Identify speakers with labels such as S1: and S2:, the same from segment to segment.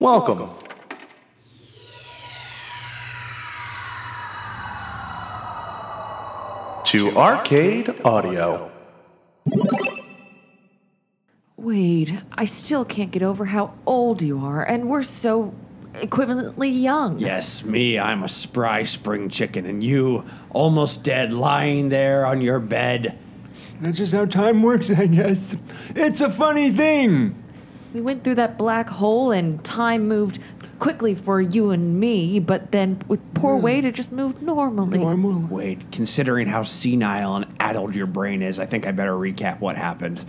S1: Welcome. To Arcade Audio.
S2: Wade, I still can't get over how old you are, and we're so equivalently young.
S3: Yes, me, I'm a spry spring chicken, and you, almost dead, lying there on your bed.
S4: That's just how time works, I guess. It's a funny thing.
S2: We went through that black hole, and time moved quickly for you and me, but then with poor
S3: Hmm.
S2: Wade, it just moved normally.
S4: Normal.
S3: Wade, considering how senile and addled your brain is, I think I better recap what happened.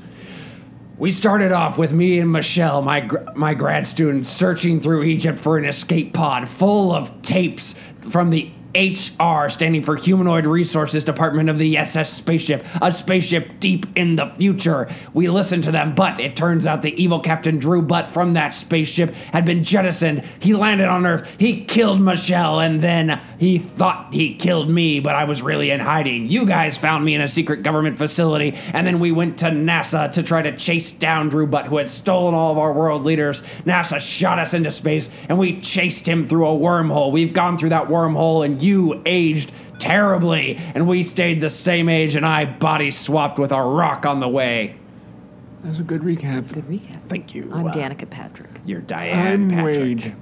S3: We started off with me and Michelle, my gr- my grad student, searching through Egypt for an escape pod full of tapes from the HR, standing for Humanoid Resources Department of the SS spaceship, a spaceship deep in the future. We listened to them, but it turns out the evil Captain Drew Butt from that spaceship had been jettisoned. He landed on Earth, he killed Michelle, and then he thought he killed me, but I was really in hiding. You guys found me in a secret government facility, and then we went to NASA to try to chase down Drew Butt, who had stolen all of our world leaders. NASA shot us into space, and we chased him through a wormhole. We've gone through that wormhole, and you aged terribly, and we stayed the same age, and I body swapped with a rock on the way.
S4: That's a good recap.
S2: Good recap.
S3: Thank you.
S2: I'm
S3: Uh,
S2: Danica Patrick.
S3: You're Diane
S4: I'm
S3: Patrick.
S4: Wade.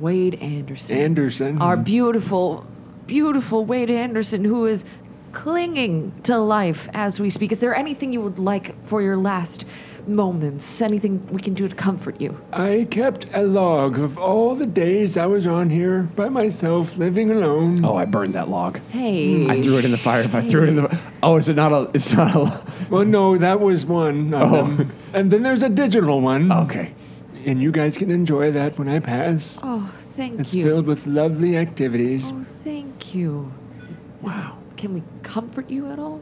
S2: Wade Anderson.
S4: Anderson.
S2: Our beautiful, beautiful Wade Anderson, who is clinging to life as we speak. Is there anything you would like for your last moments? Anything we can do to comfort you?
S4: I kept a log of all the days I was on here by myself, living alone.
S3: Oh, I burned that log.
S2: Hey.
S3: I threw it in the fire. I threw it in the. Oh, is it not a? It's not a.
S4: Well, no, that was one. Of
S3: Oh.
S4: them. And then there's a digital one.
S3: Okay.
S4: And you guys can enjoy that when I pass.
S2: Oh, thank
S4: it's
S2: you.
S4: filled with lovely activities.
S2: Oh, thank you. Is- can we comfort you at all?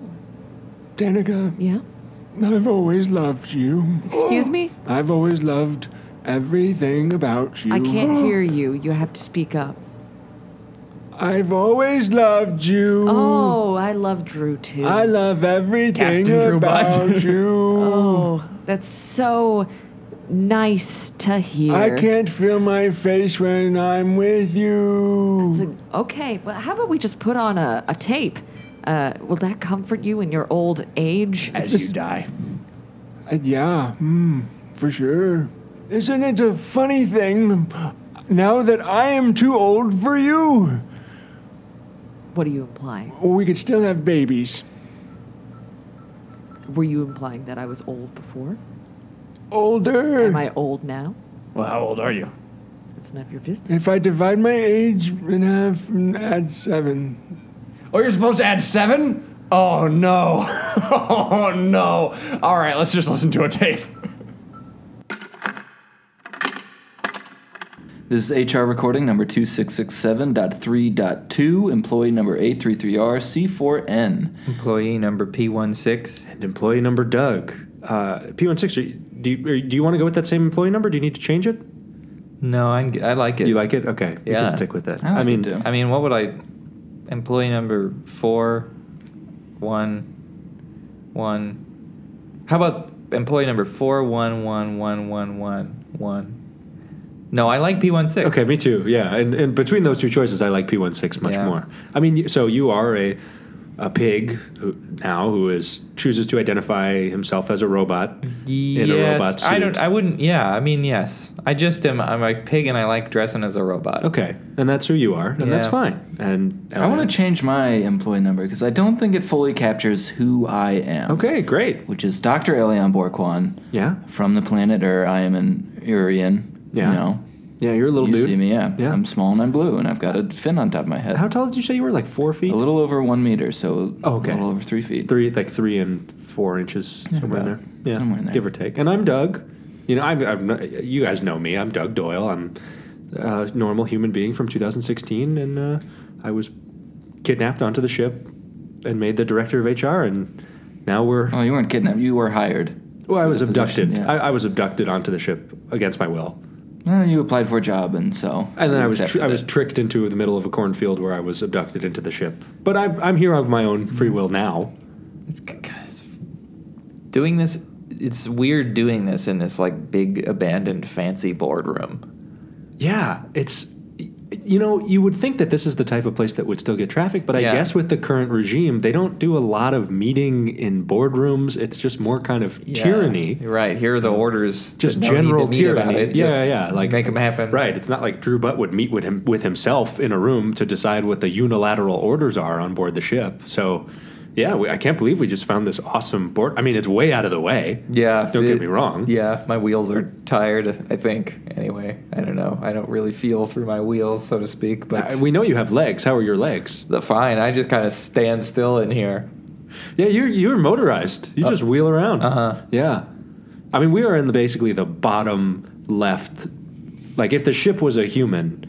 S4: Danica,
S2: Yeah.
S4: I've always loved you.
S2: Excuse me?
S4: I've always loved everything about you.
S2: I can't hear you. You have to speak up.
S4: I've always loved you.
S2: Oh, I love Drew too.
S4: I love everything
S3: Captain Drew
S4: about
S3: Butt.
S4: you.
S2: oh, that's so nice to hear.
S4: I can't feel my face when I'm with you.
S2: So- okay, well, how about we just put on a, a tape? Uh, will that comfort you in your old age?
S3: As you die.
S4: Uh, yeah, mm, for sure. Isn't it a funny thing now that I am too old for you?
S2: What are you implying?
S4: We could still have babies.
S2: Were you implying that I was old before?
S4: Older.
S2: Am I old now?
S3: Well, how old are you?
S2: It's none of your business.
S4: if I divide my age in half and add seven,
S3: Oh, you're supposed to add seven? Oh no. oh no. All right, let's just listen to a tape.
S5: This is HR recording number 2667.3.2, employee number 833RC4N.
S6: Employee number P16.
S7: And employee number Doug. Uh, P16, are you- do you, are you- do you want to go with that same employee number? Do you need to change it?
S6: No, I'm, g- I like it.
S7: You like it? Okay. We
S6: Yeah.
S7: can stick with it.
S5: I like
S7: I
S5: it
S7: mean,
S5: too.
S6: I mean, what would I. Employee number four, one, one. How about employee number four, one, one, one, one, one, one? No, I like P16.
S7: okay, me too. Yeah. And, and between those two choices, I like P16 much
S6: Yeah.
S7: more. I mean, you- so you are a a pig who, now who is chooses to identify himself as a robot
S6: Yes,
S7: in a robot suit.
S6: I don't. I wouldn't. Yeah, I mean, yes. I just am. I'm a pig, and I like dressing as a robot.
S7: okay. And that's who you are, and that's
S6: Yeah.
S7: fine. And uh,
S5: I want to change my employee number because I don't think it fully captures who I am.
S7: Okay, great.
S5: Which is Dr. Elian Borquan
S7: Yeah.
S5: from the planet Ur. I am an Urian.
S7: Yeah.
S5: You know,
S7: Yeah, you're a little
S5: you
S7: dude.
S5: see me, yeah.
S7: Yeah.
S5: I'm small and I'm blue and I've got a fin on top of my head.
S7: How tall did you say you were? Like four feet?
S5: a little over one meter, so
S7: Oh, okay.
S5: a little over three feet.
S7: three like three and four inches somewhere in there.
S5: about-
S7: Yeah,
S5: somewhere in there.
S7: give or take. And I'm Doug. You know, I'm, I'm not- you guys know me. I'm Doug Doyle. I'm a normal human being from 2016, and uh, I was kidnapped onto the ship and made the director of HR. And now we're
S5: Oh, you weren't kidnapped. You were hired.
S7: well, I was
S5: the position,
S7: abducted.
S5: yeah.
S7: I, I was abducted onto the ship against my will,
S5: Well, you applied for a job, and so.
S7: and then
S5: you
S7: I was tr-
S5: accepted
S7: I was
S5: it.
S7: tricked into the middle of a cornfield where I was abducted into the ship. But I'm I'm here of my own
S5: Mm-hmm.
S7: free will now.
S6: It's g- guys, doing this. It's weird doing this in this like big abandoned fancy boardroom.
S7: Yeah, it's you know you would think that this is the type of place that would still get traffic, but I
S6: Yeah.
S7: guess with the current regime, they don't do a lot of meeting in boardrooms. It's just more kind of
S6: Yeah.
S7: tyranny.
S6: You're Right. Here are the orders.
S7: Just
S6: There's no need
S7: general
S6: to meet
S7: tyranny.
S6: about it.
S7: Yeah,
S6: Just
S7: yeah, like
S6: make them happen.
S7: Right. It's not like Drew Butt would meet with him with himself in a room to decide what the unilateral orders are on board the ship. So, yeah, we, I can't believe we just found this awesome board. I mean, it's way out of the way.
S6: Yeah.
S7: Don't
S6: it-
S7: get me wrong.
S6: Yeah, my wheels are tired. I think. Anyway, I don't know. I don't really feel through my wheels, so to speak. But
S7: Uh, we know you have legs. How are your legs?
S6: the fine. I just kind of stand still in here.
S7: Yeah, you're you're motorized.
S5: Uh,
S7: You just wheel around.
S6: uh-huh.
S7: Yeah, I mean, we are in the basically the bottom left. Like, if the ship was a human,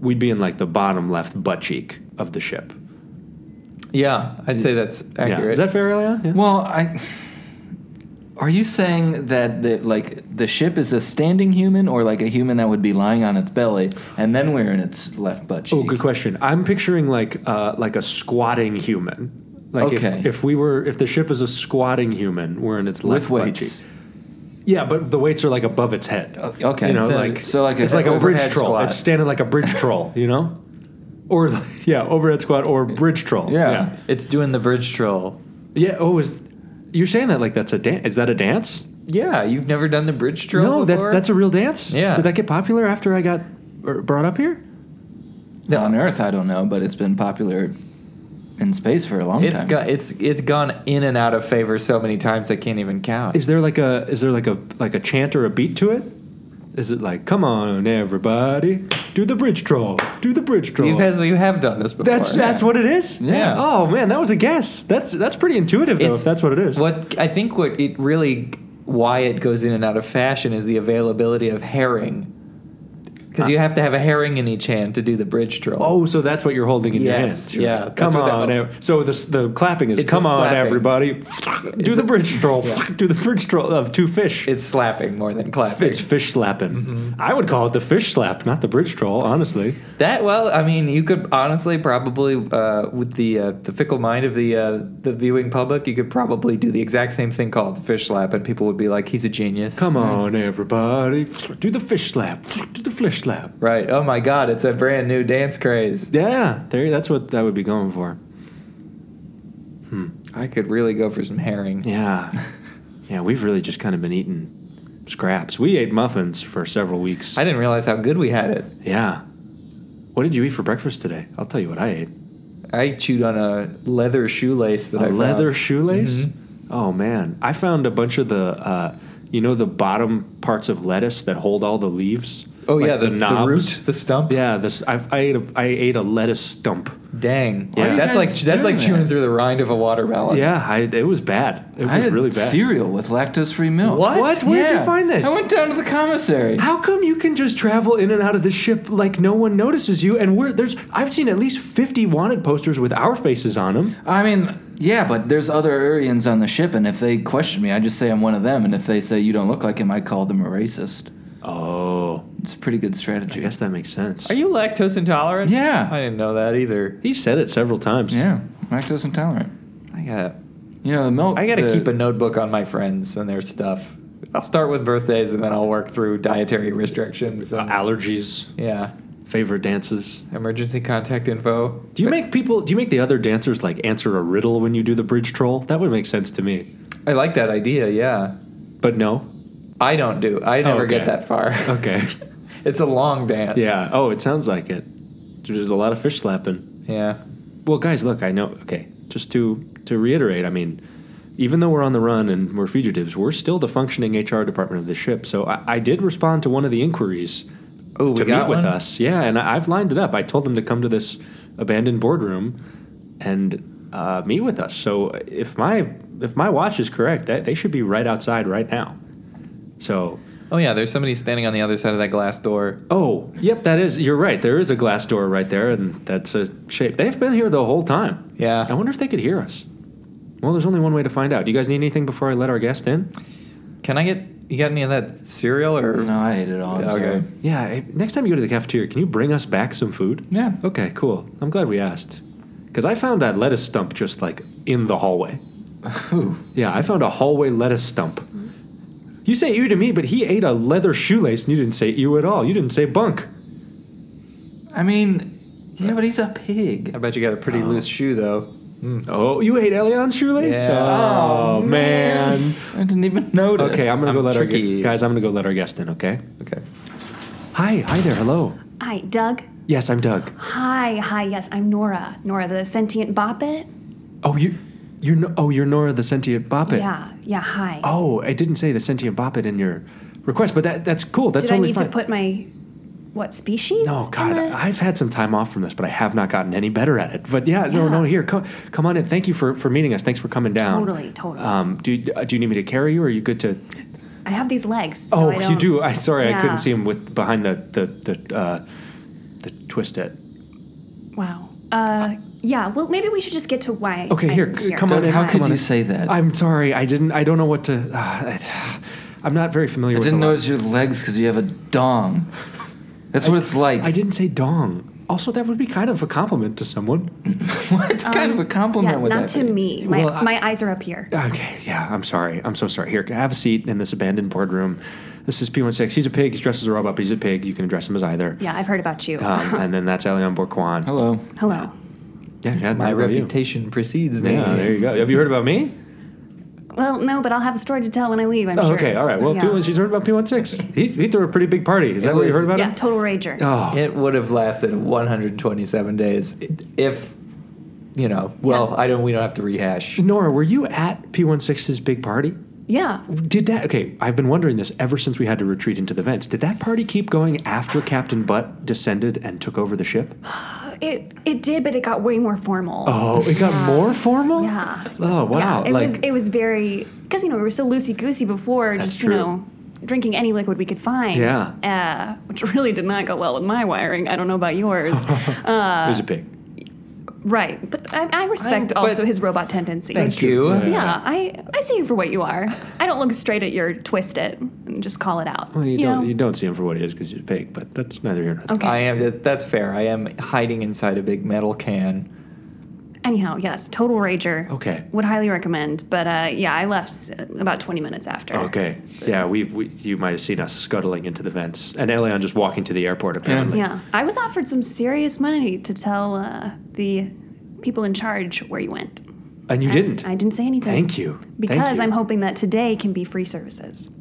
S7: we'd be in like the bottom left butt cheek of the ship.
S6: Yeah, I'd say that's
S7: Yeah,
S6: accurate.
S7: is that fair, Elion? Yeah.
S5: Well, I. Are you saying that the, like the ship is a standing human or like a human that would be lying on its belly and then we're in its left butt cheek?
S7: Oh, good question. I'm picturing like uh, like a squatting human. Like
S5: Okay.
S7: if, if we were if the ship is a squatting human, we're in its left
S5: With
S7: butt
S5: weights.
S7: cheek. Yeah, but the weights are like above its head.
S5: Oh, okay.
S7: you know,
S5: So-
S7: like
S5: so like a-
S7: it's like a bridge
S5: overhead
S7: troll.
S5: squat.
S7: It's standing like a bridge troll, you know, or like, yeah, overhead squat or bridge troll.
S5: Yeah.
S6: it's doing the bridge troll.
S7: yeah. Yeah, Oh, is you're saying that like that's a dance? Is that a dance?
S6: Yeah, you've never done the bridge troll.
S7: no, that's
S6: before?
S7: that's a real dance.
S6: Yeah.
S7: Did that get popular after I got er, brought up here?
S5: On Earth, I don't know, but it's been popular in space for a long
S6: It's
S5: time.
S6: gone. It's it's gone in and out of favor so many times I can't even count.
S7: Is there like a is there like a like a chant or a beat to it? Is it like come on everybody, do the bridge troll, do the bridge troll?
S6: You've has, you have done this before.
S7: that's that's what it is.
S6: Yeah.
S7: Oh man, that was a guess. That's that's pretty intuitive though.
S6: It's-
S7: If that's what it is.
S6: What I think what it really why it goes in and out of fashion is the availability of herring. Because you have to have a herring in each hand to do the bridge troll.
S7: Oh, so that's what you're holding in
S6: Yes,
S7: your hand.
S6: yeah,
S7: Come
S6: that's what that-
S7: on. ev- so the, the clapping is
S6: It's a
S7: come on,
S6: slapping.
S7: everybody. Do
S6: a-
S7: the bridge troll.
S6: Yeah.
S7: Do the bridge troll of two fish.
S6: It's slapping more than clapping. Mm-hmm.
S7: it's fish slapping. I would call it the fish slap, not the bridge troll, honestly.
S6: That well, I mean, you could honestly probably uh, with the uh, the fickle mind of the uh, the viewing public, you could probably do the exact same thing called the fish slap, and people would be like, "He's a genius."
S7: Come on, everybody. Do the fish slap. Do the fish slap.
S6: Right? Oh my God, it's a brand new dance craze.
S7: Yeah, there, that's what that would be going for.
S6: I could really go for some herring.
S7: Yeah. yeah, we've really just kind of been eating scraps. We ate muffins for several weeks.
S6: I didn't realize how good we had it.
S7: yeah. What did you eat for breakfast today? I'll tell you what I ate.
S6: I chewed on a leather shoelace that I
S7: a
S6: found.
S7: leather shoelace. Oh man, I found a bunch of the, uh, you know, the bottom parts of lettuce that hold all the leaves.
S6: Oh
S7: Like
S6: yeah, the, the
S7: knobs.
S6: root, the stump.
S7: Yeah, this I, I ate a I ate a lettuce stump.
S6: Dang,
S7: Why are you
S6: that's
S5: guys
S6: like that's
S5: doing
S6: like chewing
S5: that?
S6: through the rind of a watermelon.
S7: Yeah, I, it was bad. It
S5: I
S7: was
S5: had
S7: really bad.
S5: cereal with lactose-free milk.
S7: What? What? Where'd you
S5: Yeah.
S7: find this?
S5: I went down to the commissary.
S7: How come you can just travel in and out of the ship like no one notices you? And we're there's I've seen at least fifty wanted posters with our faces on them.
S5: I mean, yeah, but there's other Aryans on the ship, and if they question me, I just say I'm one of them, and if they say you don't look like him, I call them a racist.
S7: Oh,
S5: It's a pretty good strategy.
S7: I guess that makes sense.
S6: Are you lactose intolerant?
S5: Yeah.
S6: I didn't know that either.
S7: He said it several times.
S5: Yeah, lactose intolerant.
S6: I gotta
S5: You know the milk.
S6: I got to
S5: the-
S6: keep a notebook on my friends and their stuff. I'll start with birthdays and then I'll work through dietary restrictions.
S7: Uh,
S6: And,
S7: allergies,
S6: yeah.
S7: favorite dances.
S6: Emergency contact info.
S7: Do you make people? Do you make the other dancers like answer a riddle when you do the bridge troll? That would make sense to me.
S6: I like that idea, yeah.
S7: But no.
S6: I don't do. I never
S7: Oh, okay.
S6: get that far.
S7: Okay.
S6: it's a long dance.
S7: yeah. Oh, it sounds like it. There's a lot of fish slapping.
S6: Yeah.
S7: Well, guys, look. I know. Okay. Just to to reiterate, I mean, even though we're on the run and we're fugitives, we're still the functioning HR department of the ship. So I, I did respond to one of the inquiries
S6: Oh, we
S7: to
S6: got
S7: meet with
S6: one?
S7: us. Yeah, and I, I've lined it up. I told them to come to this abandoned boardroom and uh, meet with us. So if my if my watch is correct, that they should be right outside right now. So
S6: Oh, yeah. There's somebody standing on the other side of that glass door.
S7: oh yep, that is you're right. There is a glass door right there, and that's a shape. They've been here the whole time.
S6: Yeah.
S7: I wonder if they could hear us. Well, there's only one way to find out. Do you guys need anything before I let our guest in?
S6: Can I get. You got any of that cereal or.
S5: No, I ate it all. I'm
S6: Okay.
S5: sorry.
S7: Yeah, eh, next time you go to the cafeteria, can you bring us back some food?
S5: Yeah.
S7: Okay, cool. I'm glad we asked. Because I found that lettuce stump just like in the hallway. Yeah, I found a hallway lettuce stump. You say ew to me, but he ate a leather shoelace and you didn't say ew at all. You didn't say bunk.
S5: I mean, yeah, but he's a pig.
S6: I bet you got a pretty loose shoe though.
S7: Oh, you ate Elion's shoelace?
S6: Yeah.
S7: Oh, man.
S5: I didn't even notice.
S7: Okay, I'm gonna go
S6: I'm
S7: let our
S6: tricky.
S7: gu- guys. I'm gonna go let our guest in. Okay.
S6: Okay.
S7: Hi, hi there. Hello.
S8: Hi, Doug.
S7: Yes, I'm Doug.
S8: Hi, hi, yes, I'm Nora. Nora, the sentient boppet.
S7: Oh, you, you're no, oh, you're Nora the sentient boppet.
S8: Yeah, yeah, hi.
S7: Oh, I didn't say the sentient boppet in your request, but that that's cool. That's
S8: Did
S7: totally
S8: I need
S7: fine.
S8: to put my what species?
S7: no,
S8: in
S7: God,
S8: the-
S7: I've had some time off from this, but I have not gotten any better at it. But yeah, no,
S8: Yeah.
S7: no, here, come, come on in. Thank you for for meeting us. Thanks for coming down.
S8: Totally, totally.
S7: Um, do uh, do you need me to carry you? Or are you good to?
S8: I have these legs. so
S7: Oh,
S8: I
S7: you
S8: don't-
S7: do. I sorry, I
S8: Yeah.
S7: couldn't see him with behind the the the uh, the twist it.
S8: Wow. Uh, yeah. Well, maybe we should just get to why.
S7: Okay,
S8: I'm
S7: here, c- come on
S5: Doug,
S7: in.
S5: how
S7: come
S5: could
S7: on
S5: you
S7: in.
S5: say that?
S7: I'm sorry, I didn't. I don't know what to. Uh, I, I'm not very familiar.
S5: I
S7: with
S5: didn't
S7: the-
S5: notice your legs because you have a dong. That's what it's like.
S7: I didn't say dong. Also, that would be kind of a compliment to someone.
S5: what kind of a compliment
S8: Um, Yeah,
S5: would
S8: not
S5: that
S8: to
S5: be?
S8: me. My,
S7: Well, I-
S8: my eyes are up here.
S7: Okay, yeah, I'm sorry. I'm so sorry. Here, have a seat in this abandoned boardroom. This is P16. He's a pig. He dresses a robot, but he's a pig. You can address him as either.
S8: Yeah, I've heard about you.
S7: Um, and then that's Elion Borquan.
S5: Hello.
S8: Hello.
S7: Yeah, yeah,
S6: My
S7: how about you?
S6: reputation precedes me.
S7: Yeah, there you go. Have you heard about me?
S8: Well, no, but I'll have a story to tell when I leave. I'm
S7: Oh,
S8: sure.
S7: okay, all right. Well,
S8: yeah.
S7: P1, she's heard about P16. He, he threw a pretty big party. Is that what you
S6: was-
S7: heard about
S8: yeah,
S7: him?
S8: total rager.
S7: Oh,
S6: It would have lasted 127 days if, you know. Well, I don't. We don't have to rehash.
S7: Nora, were you at P16's big party?
S8: Yeah.
S7: Did that? Okay, I've been wondering this ever since we had to retreat into the vents. Did that party keep going after Captain Butt descended and took over the ship?
S8: It it did, but it got way more formal.
S7: Oh, it got more formal.
S8: Yeah.
S7: Oh wow!
S8: Yeah, it
S7: like
S8: was it was very because you know we were so loosey goosey before,
S7: That's
S8: just
S7: true.
S8: you know drinking any liquid we could find.
S7: Yeah.
S8: Uh, which really did not go well with my wiring. I don't know about yours. uh,
S7: it was a pig.
S8: right, but I, I respect
S6: I- but-
S8: also his robot tendencies.
S6: Thank you.
S8: Yeah, I, I see you for what you are. I don't look straight at your twist it and just call it out.
S7: Well, you,
S8: you
S7: don't
S8: know?
S7: you don't see him for what he is because he's a pig, but that's neither here nor there.
S8: Okay.
S6: I am. that- That's fair. I am hiding inside a big metal can.
S8: Anyhow, yes, total rager.
S7: Okay.
S8: Would highly recommend, but uh, yeah, I left uh, about 20 minutes after.
S7: Okay. Yeah, we, we you might have seen us scuttling into the vents, and Elion just walking to the airport apparently.
S8: Yeah, I was offered some serious money to tell uh, the people in charge where you went.
S7: And you didn't.
S8: I didn't say anything.
S7: Thank you. Thank
S8: Because
S7: you.
S8: I'm hoping that today can be free services.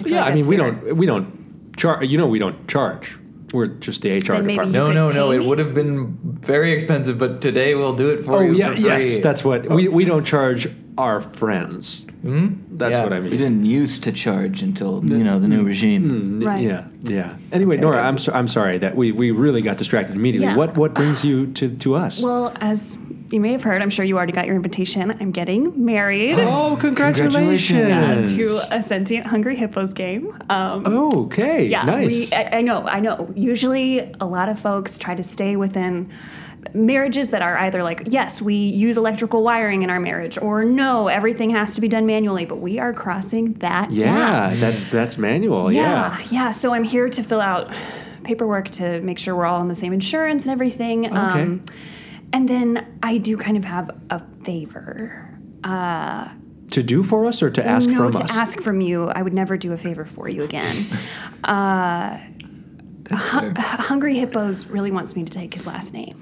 S8: I feel
S7: Yeah,
S8: like
S7: I mean
S8: that's
S7: we
S8: weird.
S7: don't we don't charge. You know we don't charge. We're just the HR
S8: Then maybe
S7: department.
S6: No,
S8: could
S6: no, no.
S8: pay
S6: It
S8: me?
S6: would have been very expensive, but today we'll do it for
S7: Oh
S6: you.
S7: yeah,
S6: for free. Oh.
S7: yes, that's what we we don't charge our friends. That's
S6: Hmm? Yeah.
S7: what I
S5: We
S7: mean.
S5: didn't used to charge until you know the new regime.
S8: Right.
S7: Yeah, yeah. Anyway, Nora, I'm so, I'm sorry that we, we really got distracted immediately.
S8: Yeah.
S7: What what brings you to, to us?
S8: Well, as you may have heard, I'm sure you already got your invitation. I'm getting married
S7: oh, congratulations!
S8: to a sentient hungry hippos game. Um,
S7: okay,
S8: yeah,
S7: nice.
S8: we, uh, I, I know, I know. Usually, a lot of folks try to stay within marriages that are either like, yes, we use electrical wiring in our marriage, or no, everything has to be done manually. But we are crossing that gap.
S7: yeah, that's that's manual.
S8: Yeah,
S7: Yeah.
S8: yeah. So I'm here to fill out paperwork to make sure we're all on the same insurance and everything. Okay. Um, and then I do kind of have a favor.
S7: To do for us or to ask
S8: no,
S7: from
S8: to
S7: us?
S8: ask from you, I would never do a favor for you again. Uh,
S5: That's fair.
S8: Hungry Hippos really wants me to take his last name.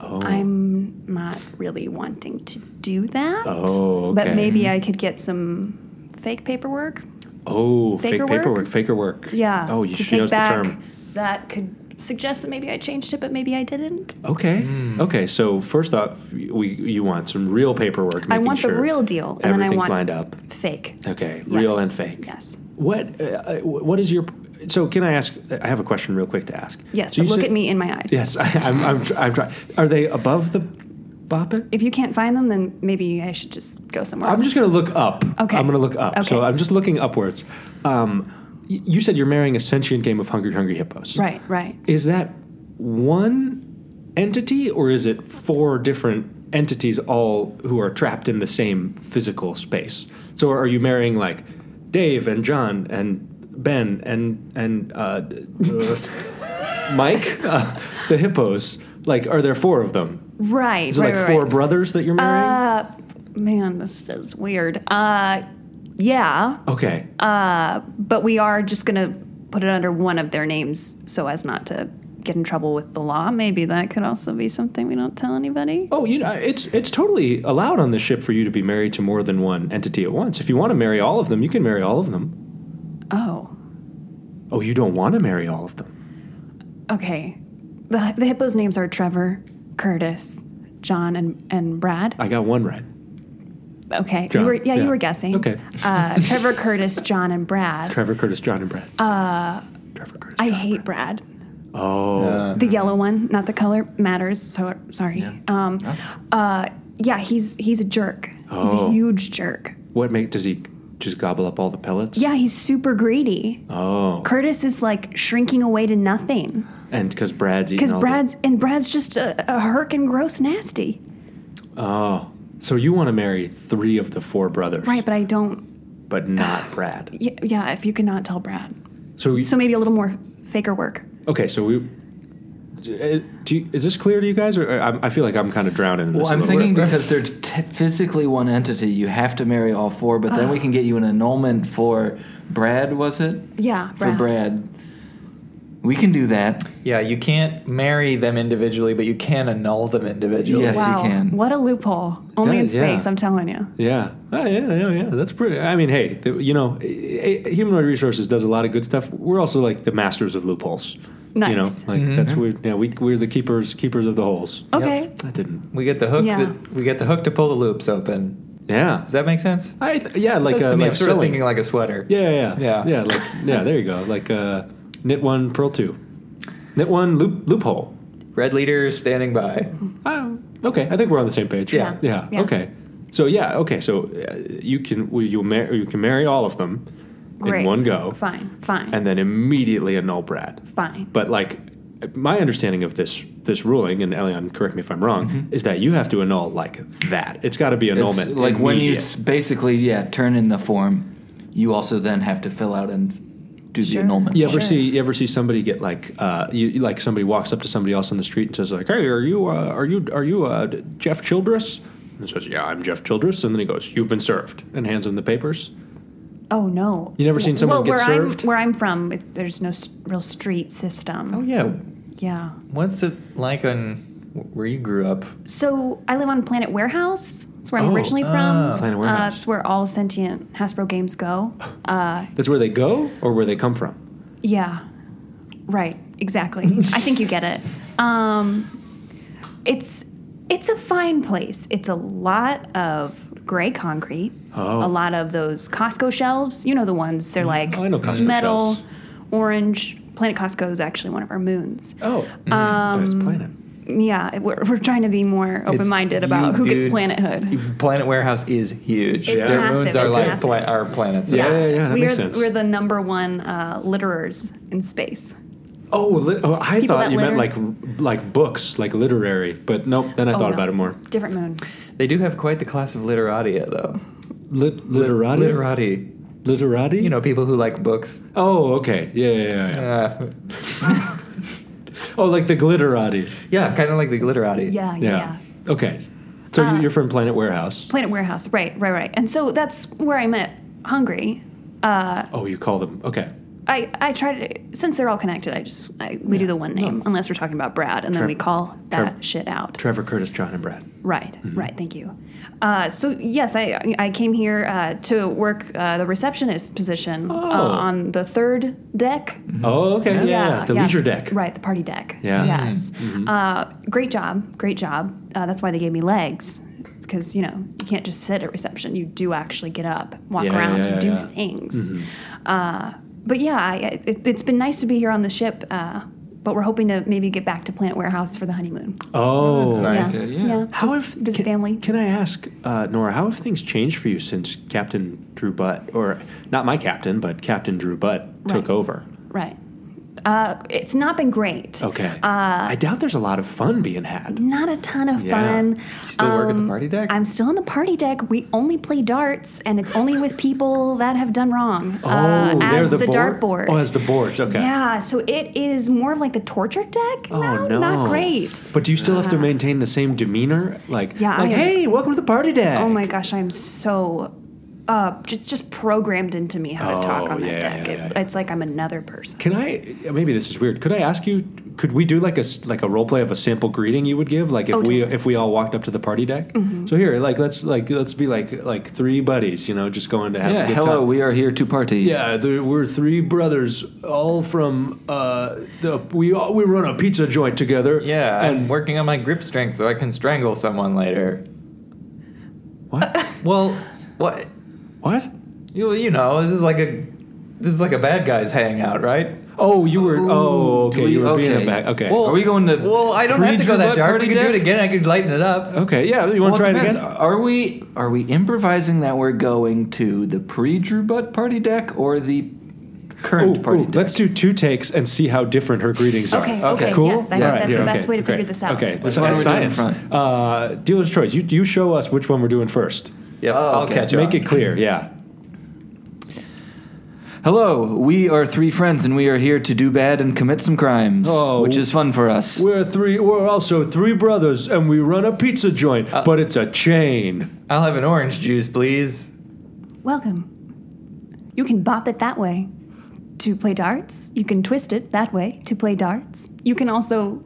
S7: Oh.
S8: I'm not really wanting to do that.
S7: Oh, okay.
S8: But maybe I could get some fake paperwork.
S7: oh, fake
S8: Faker work?
S7: paperwork, faker work.
S8: Yeah.
S7: Oh, you,
S8: to
S7: she
S8: take
S7: knows
S8: back.
S7: the term.
S8: That could suggest that maybe I changed it, but maybe I didn't.
S7: Okay.
S6: Hmm.
S7: Okay. So first off, we you want some real paperwork.
S8: I
S7: making
S8: want the
S7: sure
S8: real deal, and then I
S7: Everything's
S8: want
S7: lined up.
S8: fake.
S7: Okay,
S8: Yes.
S7: real and fake.
S8: Yes.
S7: What uh, uh, what is your? So can I ask? I have a question real quick to ask. So
S8: Yes. but
S7: you
S8: look
S7: said-
S8: at me in my eyes.
S7: Yes, I, I'm, I'm, tr- I'm trying. Are they above the boppet?
S8: If you can't find them, then maybe I should just go somewhere.
S7: I'm just
S8: else.
S7: going to look up.
S8: Okay.
S7: I'm going to look up. So
S8: Okay.
S7: I'm just looking upwards. Um, y- you said you're marrying a sentient game of Hungry Hungry Hippos.
S8: Right. Right.
S7: Is that one entity or is it four different entities all who are trapped in the same physical space? So are you marrying like Dave and John and Ben and and uh, uh, Mike, uh, the hippos? Like, are there four of them?
S8: Right.
S7: Is it
S8: right,
S7: like
S8: right,
S7: four
S8: right. Uh,
S7: brothers that you're marrying?
S8: Man, this is weird. Uh, yeah.
S7: okay.
S8: but we are just going to put it under one of their names so as not to get in trouble with the law. Maybe that could also be something we don't tell anybody.
S7: Oh, you know, it's it's totally allowed on the ship for you to be married to more than one entity at once. If you want to marry all of them, you can marry all of them.
S8: Oh,
S7: Oh, you don't want to marry all of them.
S8: okay. The, the hippos' names are Trevor, Curtis, John, and, and Brad.
S7: I got one right.
S8: Okay.
S7: John,
S8: You were, yeah,
S7: yeah.
S8: you were guessing.
S7: Okay.
S8: Uh, Trevor, Curtis, John, and Brad.
S7: Trevor Curtis, John, and Brad. Uh, Trevor Curtis.
S8: I
S7: John.
S8: hate Brad.
S7: oh,
S8: The yellow one, not the color matters. So sorry. Yeah. Um, uh, yeah, he's he's a jerk. He's a
S7: Oh.
S8: huge jerk.
S7: what make does he just gobble up all the pellets?
S8: Yeah, he's super greedy.
S7: Oh,
S8: Curtis is like shrinking away to nothing
S7: and because Brad's eating
S8: because
S7: all
S8: Brad's and Brad's just a, a herc and gross nasty.
S7: The, oh, so you want to marry three of the four brothers,
S8: Right, but I don't.
S7: But not Brad.
S8: Yeah, yeah, if you could not tell Brad,
S7: So, we-
S8: so maybe a little more faker work.
S7: okay, so we. uh, Do you, is this clear to you guys, or I, I feel like I'm kind of drowning in this?
S5: Well,
S7: a
S5: I'm
S7: little
S5: thinking
S7: bit.
S5: because they're t- physically one entity, you have to marry all four, but then we can get you an annulment for Brad, was it?
S8: Yeah,
S5: For Brad. We can do that.
S6: Yeah, you can't marry them individually, but you can annul them individually.
S5: Yes. you
S8: Wow,
S5: can.
S8: what a loophole! Only
S7: Yeah,
S8: in space,
S7: yeah.
S8: I'm telling you.
S7: Yeah. Oh, yeah, yeah, yeah. That's pretty. I mean, hey, th- you know, eh, eh, humanoid resources does a lot of good stuff. We're also like the masters of loopholes. You know,
S8: Nice.
S5: Mm-hmm.
S7: like that's weird. Yeah, we we're the keepers keepers of the holes.
S8: Okay,
S7: I didn't.
S6: We get the hook.
S8: Yeah.
S6: That, we get the hook to pull the loops open.
S7: Yeah.
S6: Does that make sense?
S7: I th- yeah, like
S6: Does
S7: uh,
S6: to me.
S7: like
S6: I'm sort of
S7: sewing.
S6: thinking like a sweater.
S7: yeah,
S6: Yeah.
S7: yeah, yeah, yeah. Like yeah, there you go. Like uh, knit one, pearl two, knit one, loop loophole.
S6: Red leader standing by.
S7: Oh, okay. I think we're on the same page.
S6: Yeah.
S7: Yeah.
S8: Yeah.
S7: Okay. So yeah. Okay. So uh, you can well, you mar- you can marry all of them
S8: great.
S7: in one go.
S8: Fine, fine,
S7: and then immediately annul Brad.
S8: fine.
S7: But like my understanding of this this ruling, and Elion, correct me if I'm wrong, is that you have to annul like that. It's got to be
S5: It's
S7: annulment.
S5: like when you
S7: immediate.
S5: s- basically, yeah, turn in the form, you also then have to fill out and do the annulment.
S7: You ever
S5: form.
S7: see you ever see somebody get like uh you you- like somebody walks up to somebody else on the street and says like hey are you uh, are you are you uh, D- Jeff Childress and says yeah I'm Jeff Childress and then he goes you've been served and hands him the papers
S8: Oh no!
S7: You never seen someone
S8: well,
S7: get
S8: where
S7: served?
S8: I'm, where I'm from, it, there's no s- real street system.
S6: Oh yeah.
S8: yeah.
S6: What's it like on where you grew up?
S8: So I live on Planet Warehouse. That's where I'm
S7: Oh,
S8: originally from.
S7: Planet
S8: Uh,
S7: Warehouse. Oh,
S8: that's where all sentient Hasbro games go.
S7: that's where they go or where they come from
S8: Yeah, right. Exactly. I think you get it. Um, it's it's a fine place. It's a lot of gray concrete.
S7: Oh. Mm-hmm. Oh,
S8: A lot of those Costco shelves. You know the ones. They're like
S7: I know Costco
S8: metal,
S7: shelves.
S8: orange. Planet Costco is actually one of our moons.
S7: oh um,
S8: Hmm.
S7: it's planet
S8: Yeah, we're, we're trying to be more open minded
S6: you,
S8: about who gets
S6: dude.
S8: planethood.
S6: Planet Warehouse is huge.
S8: It's
S6: Their
S8: massive,
S6: moons are
S8: it's
S6: like
S8: massive.
S6: pla- our planets.
S7: Yeah, yeah, yeah, that
S8: we're,
S7: makes sense.
S8: we're the number one uh, litterers in space.
S7: Oh, lit oh I
S8: People
S7: thought
S8: that
S7: you meant
S8: litter-
S7: like like books, like literary, but nope. Then I
S8: Oh,
S7: thought
S8: no.
S7: about it more.
S8: Different moon.
S6: They do have quite the class of literatia, though.
S7: Lit- literati,
S6: Literati.
S7: literati.
S6: You know, people who like books.
S7: Oh, okay. Yeah, yeah, yeah. yeah.
S6: Uh,
S7: oh, like the glitterati.
S6: yeah, kind of like the glitterati.
S8: Yeah, yeah. yeah. Uh,
S7: Yeah. Okay. So you- you're from Planet Warehouse.
S8: Planet Warehouse. Right, right, right. And so that's where I met Hungry.
S7: Oh, you call them. Okay.
S8: I, I try to since they're all connected. I just I, we do the one name unless we're talking about Brad, and then
S7: Trev-
S8: we call that
S7: Trev-
S8: shit out.
S7: Trevor Curtis, John, and Brad.
S8: Right, right. Thank you. Uh, so yes, I I came here uh, to work uh, the receptionist position uh,
S7: Oh.
S8: on the third deck.
S7: Oh, okay. Yeah. The leisure deck.
S8: Right, the party deck.
S7: Yeah.
S8: Yes. Uh, great job. Great job. Uh, that's why they gave me legs. It's because, you know, you can't just sit at reception. You do actually get up, walk
S7: Yeah,
S8: around,
S7: yeah,
S8: and do
S7: yeah. Mm-hmm.
S8: things. Uh, but yeah, I, I- it, it's been nice to be here on the ship, uh, but we're hoping to maybe get back to Planet Warehouse for the honeymoon.
S7: Oh.
S6: Nice.
S8: Yeah.
S5: yeah.
S7: How
S8: just
S7: have
S8: visit
S7: can,
S8: family.
S7: Can I ask, uh, Nora, how have things changed for you since Captain Drew Butt, or not my captain, but Captain Drew Butt took
S8: Right.
S7: over?
S8: right. Uh, it's not been great.
S7: Okay.
S8: Uh,
S7: I doubt there's a lot of fun being had.
S8: Not a ton of
S7: Yeah.
S8: fun. Um,
S6: You still work at the party deck?
S8: I'm still on the party deck. We only play darts, and it's only with people that have done wrong. uh,
S7: oh, they're
S8: as
S7: the,
S8: the,
S7: board?
S8: dartboard.
S7: Oh, as the boards. Okay.
S8: Yeah, so it is more of like the torture deck.
S7: Oh
S8: no,
S7: no,
S8: not great. Uh,
S7: But do you still have to maintain the same demeanor? Like,
S8: Yeah,
S7: like
S8: I-
S7: hey, welcome to the party deck.
S8: Oh my gosh, I'm so uh, just just programmed into me how to talk
S7: Oh,
S8: on that
S7: yeah,
S8: deck.
S7: yeah,
S8: It-
S7: yeah, yeah.
S8: It's like I'm another person.
S7: Can I? Maybe this is weird. Could I ask you? could we do like a s- like a role play of a simple greeting you would give? Like if
S8: Oh,
S7: we
S8: totally. Mm-hmm.
S7: if we all walked up to the party deck. So here, like let's like let's be like like three buddies, you know, just going to have
S5: Yeah,
S7: a good
S5: hello,
S7: time.
S5: we are here to party.
S7: Yeah, there we're three brothers, all from uh, the we all, we run a pizza joint together.
S6: Yeah, I'm
S7: and
S6: working on my grip strength so I can strangle someone later. What? well, what?
S7: what?
S6: You you know this is like a this is like a bad guys hangout, right?
S7: Oh, you were oh okay,
S5: we-
S7: you were being
S5: okay.
S7: a back okay.
S5: Well- Are we going to
S6: Well, I don't have to go that
S5: pre-Drupal
S6: dark.
S5: party
S6: We could do it
S5: deck?
S6: again. I could lighten it up.
S7: okay, yeah, you want to try it
S5: depends.
S7: again?
S5: Are we are we improvising that we're going to the pre Drew Butt party deck or the current
S7: Ooh,
S5: party
S7: ooh,
S5: deck?
S7: let's do two takes and see how different her greetings are.
S8: Okay,
S5: Okay,
S8: okay,
S5: cool.
S8: yes. I
S5: Yeah,
S8: think that's
S7: here,
S8: the best
S7: okay,
S8: way to
S7: okay,
S8: figure this out.
S7: Okay, let's
S5: one are we doing in
S7: science.
S5: front?
S7: Uh, dealer's choice. You you show us which one we're doing first.
S6: Yep,
S5: Oh,
S6: I'll
S5: okay.
S6: catch
S7: Make
S6: up.
S7: it clear. Yeah.
S5: Hello, we are three friends and we are here to do bad and commit some crimes,
S7: Oh.
S5: which is fun for us.
S7: We're three. We're also three brothers, and we run a pizza joint, but it's a chain.
S6: I'll have an orange juice, please.
S8: Welcome. You can bop it that way to play darts. You can twist it that way to play darts. You can also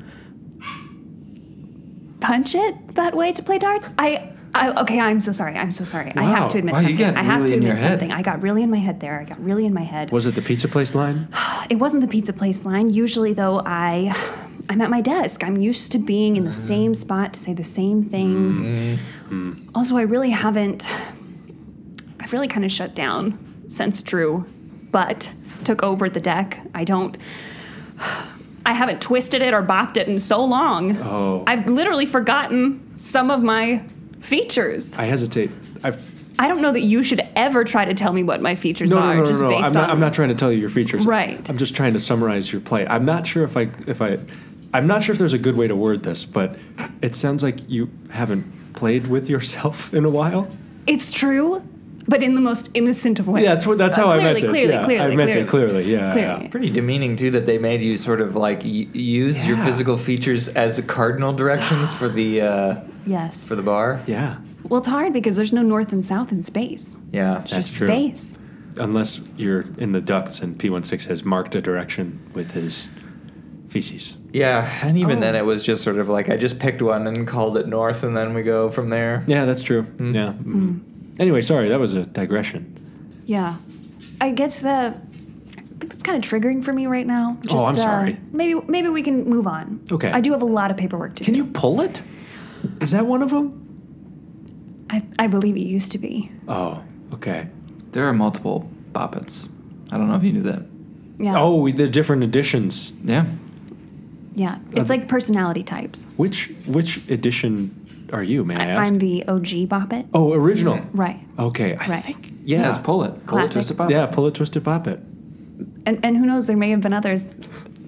S8: punch it that way to play darts. I, I okay, I'm so sorry. I'm so sorry. I
S7: Wow.
S8: have to admit
S5: Wow, you
S8: something.
S5: got
S8: I have
S5: really
S8: to
S5: in your
S8: admit
S5: head.
S8: something. I got really in my head there. I got really in my head.
S7: Was it the pizza place line?
S8: It wasn't the pizza place line. Usually though, I I'm at my desk. I'm used to being
S7: Uh-huh.
S8: in the same spot to say the same things.
S7: Mm-hmm.
S8: Also, I really haven't I've really kind of shut down since Drew but took over the deck. I don't I haven't twisted it or bopped it in so long.
S7: Oh.
S8: I've literally forgotten some of my features.
S7: I hesitate. I've,
S8: I don't know that you should ever try to tell me what my features
S7: no,
S8: are
S7: no, no,
S8: just
S7: no, no.
S8: based
S7: I'm not,
S8: on
S7: I'm not trying to tell you your features.
S8: Right.
S7: I'm just trying to summarize your play. I'm not sure if I if I, I'm not sure if there's a good way to word this, but it sounds like you haven't played with yourself in a while.
S8: It's true, but in the most innocent of ways.
S7: Yeah, that's what. That's how
S8: Uh, clearly,
S7: I meant it.
S8: Clearly,
S7: yeah,
S8: clearly,
S7: I meant
S8: clearly.
S7: it clearly. Yeah,
S8: Clearly.
S7: yeah.
S6: Pretty demeaning too that they made you sort of like y- use your
S7: Yeah.
S6: physical features as cardinal directions for the uh,
S8: Yes.
S6: for the bar.
S7: Yeah.
S8: well, it's hard because there's no north and south in space.
S6: Yeah,
S8: It's
S7: That's
S8: just
S7: true.
S8: space.
S7: Unless you're in the ducts and P16 has marked a direction with his feces.
S6: yeah, and even then it was just sort of like I just picked one and called it north, and then we go from there.
S7: Yeah, that's true. Yeah. mhm. Anyway, sorry, that was a digression.
S8: Yeah. I guess uh, I think that's kind of triggering for me right now. Just,
S7: Oh, I'm
S8: uh,
S7: sorry.
S8: maybe maybe we can move on.
S7: Okay.
S8: I do have a lot of paperwork to do.
S7: pull it? Is that one of them?
S8: I, I believe it used to be.
S7: Oh, okay.
S5: There are multiple boppets. I don't know if you knew that.
S8: Yeah.
S7: Oh, we- the different editions.
S5: Yeah.
S7: Uh,
S8: Yeah. It's like personality types.
S7: Which which edition are you, may I, ask?
S8: I'm the OG Boppet.
S7: oh, original.
S8: Right.
S7: Okay, I
S8: Right.
S7: think.
S5: Yeah,
S7: Yeah.
S5: let's pull it. Pull
S8: Classic.
S5: it just a boppet.
S7: Yeah, pull it, twisted, pop it.
S8: And, and who knows, there may have been others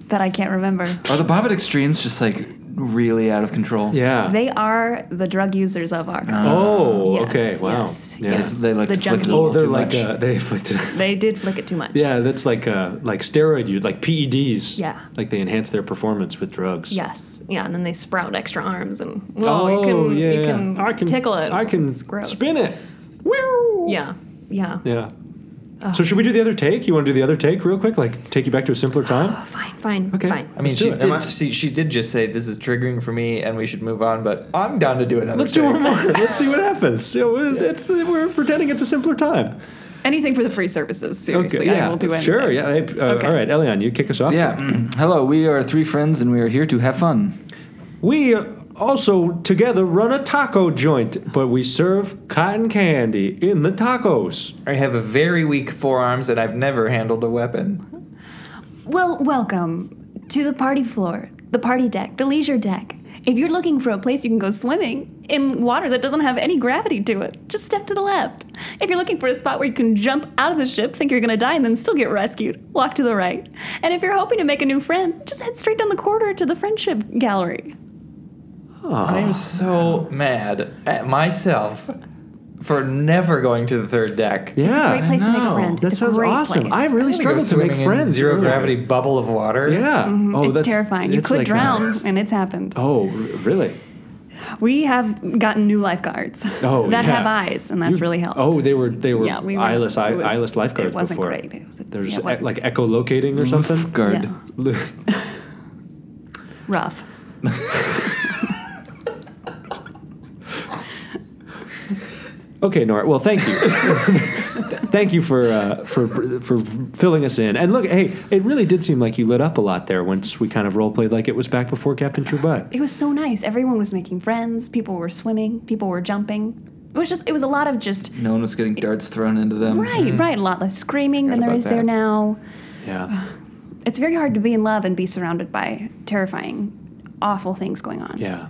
S8: that I can't remember.
S5: Are the boppet extremes just like really out of control?
S7: Yeah.
S8: They are the drug users of our country.
S7: oh,
S8: Yes,
S7: okay. Wow.
S8: yes,
S7: yeah.
S8: yes.
S5: They like
S8: The
S5: to flick it a
S8: junkies.
S7: Oh,
S5: little
S7: they're
S5: too
S7: like
S5: much.
S7: uh, they afflicted.
S8: They did flick it too much.
S7: Yeah, that's like uh, like steroid use, like PEDs.
S8: Yeah.
S7: Like they enhance their performance with drugs.
S8: Yes. Yeah, and then they sprout extra arms and well, you can
S7: Oh, yeah,
S8: you
S7: yeah.
S8: can,
S7: I can
S8: tickle it.
S7: I can
S8: it's gross.
S7: spin it. Woo!
S8: Yeah. Yeah.
S7: Yeah. So should we do the other take? You want to do the other take real quick? Like take you back to a simpler time?
S8: Fine, fine,
S7: Okay.
S8: fine.
S6: I mean,
S7: Let's do
S6: she
S7: it.
S6: did. See, she did just say this is triggering for me, and we should move on. But I'm down to do another.
S7: Let's do
S6: take.
S7: one more. Let's see what happens. Yeah, we're, it's, uh, we're pretending it's a simpler time.
S8: Anything for the free services, seriously.
S7: yeah.
S8: I will do anything.
S7: Sure. Yeah. Hey, uh,
S8: Okay.
S7: All right, Elian, you kick us off.
S5: Yeah. Hello, we are three friends and we are here to have fun.
S7: We uh, also together run a taco joint, but we serve cotton candy in the tacos.
S6: I have a very weak forearms, and I've never handled a weapon.
S8: Well, welcome to the party floor, the party deck, the leisure deck. If you're looking for a place you can go swimming in water that doesn't have any gravity to it, just step to the left. If you're looking for a spot where you can jump out of the ship, think you're going to die, and then still get rescued, walk to the right. And if you're hoping to make a new friend, just head straight down the corridor to the friendship gallery.
S6: I'm so mad at myself for never going to the third deck.
S7: Yeah.
S8: It's a great place to make a
S5: know.
S8: friend.
S7: That
S8: it's
S7: sounds
S8: a great
S7: awesome.
S8: Place.
S7: I really
S6: I'm gonna go
S7: struggled to make
S6: swimming in
S7: friends.
S6: Zero
S7: earlier.
S6: gravity bubble of water.
S7: Yeah. Oh,
S8: Mm-hmm. it's
S7: that's-
S8: terrifying. You
S7: it's
S8: could
S7: like a-
S8: drown, and it's happened.
S7: oh, r- really?
S8: We have gotten new lifeguards
S7: Oh,
S8: that
S7: yeah.
S8: have eyes, and that's
S7: You-
S8: really helped.
S7: Oh, they were they were
S8: Yeah, we were-
S7: eyeless eye,
S8: it was-
S7: eyeless lifeguards
S8: it wasn't
S7: before.
S8: great. It Mm-hmm. was-
S7: There's e,
S8: yeah, it wasn't
S7: like echolocating or something.
S5: Guard.
S8: Yeah.
S7: Lu-
S8: Rough.
S7: Okay, Nora. Well, thank you. thank you for uh, for for filling us in. And look, hey, it really did seem like you lit up a lot there once we kind of role played like it was back before Captain Troubat.
S8: It was so nice. Everyone was making friends. People were swimming. People were jumping. It was just, it was a lot of just,
S5: No one was getting darts thrown into
S7: Mm-hmm.
S5: them.
S8: right, right. A lot less screaming than there
S5: about
S8: is there
S5: that.
S8: now.
S7: Yeah.
S8: It's very hard to be in love and be surrounded by terrifying, awful things going on.
S7: Yeah.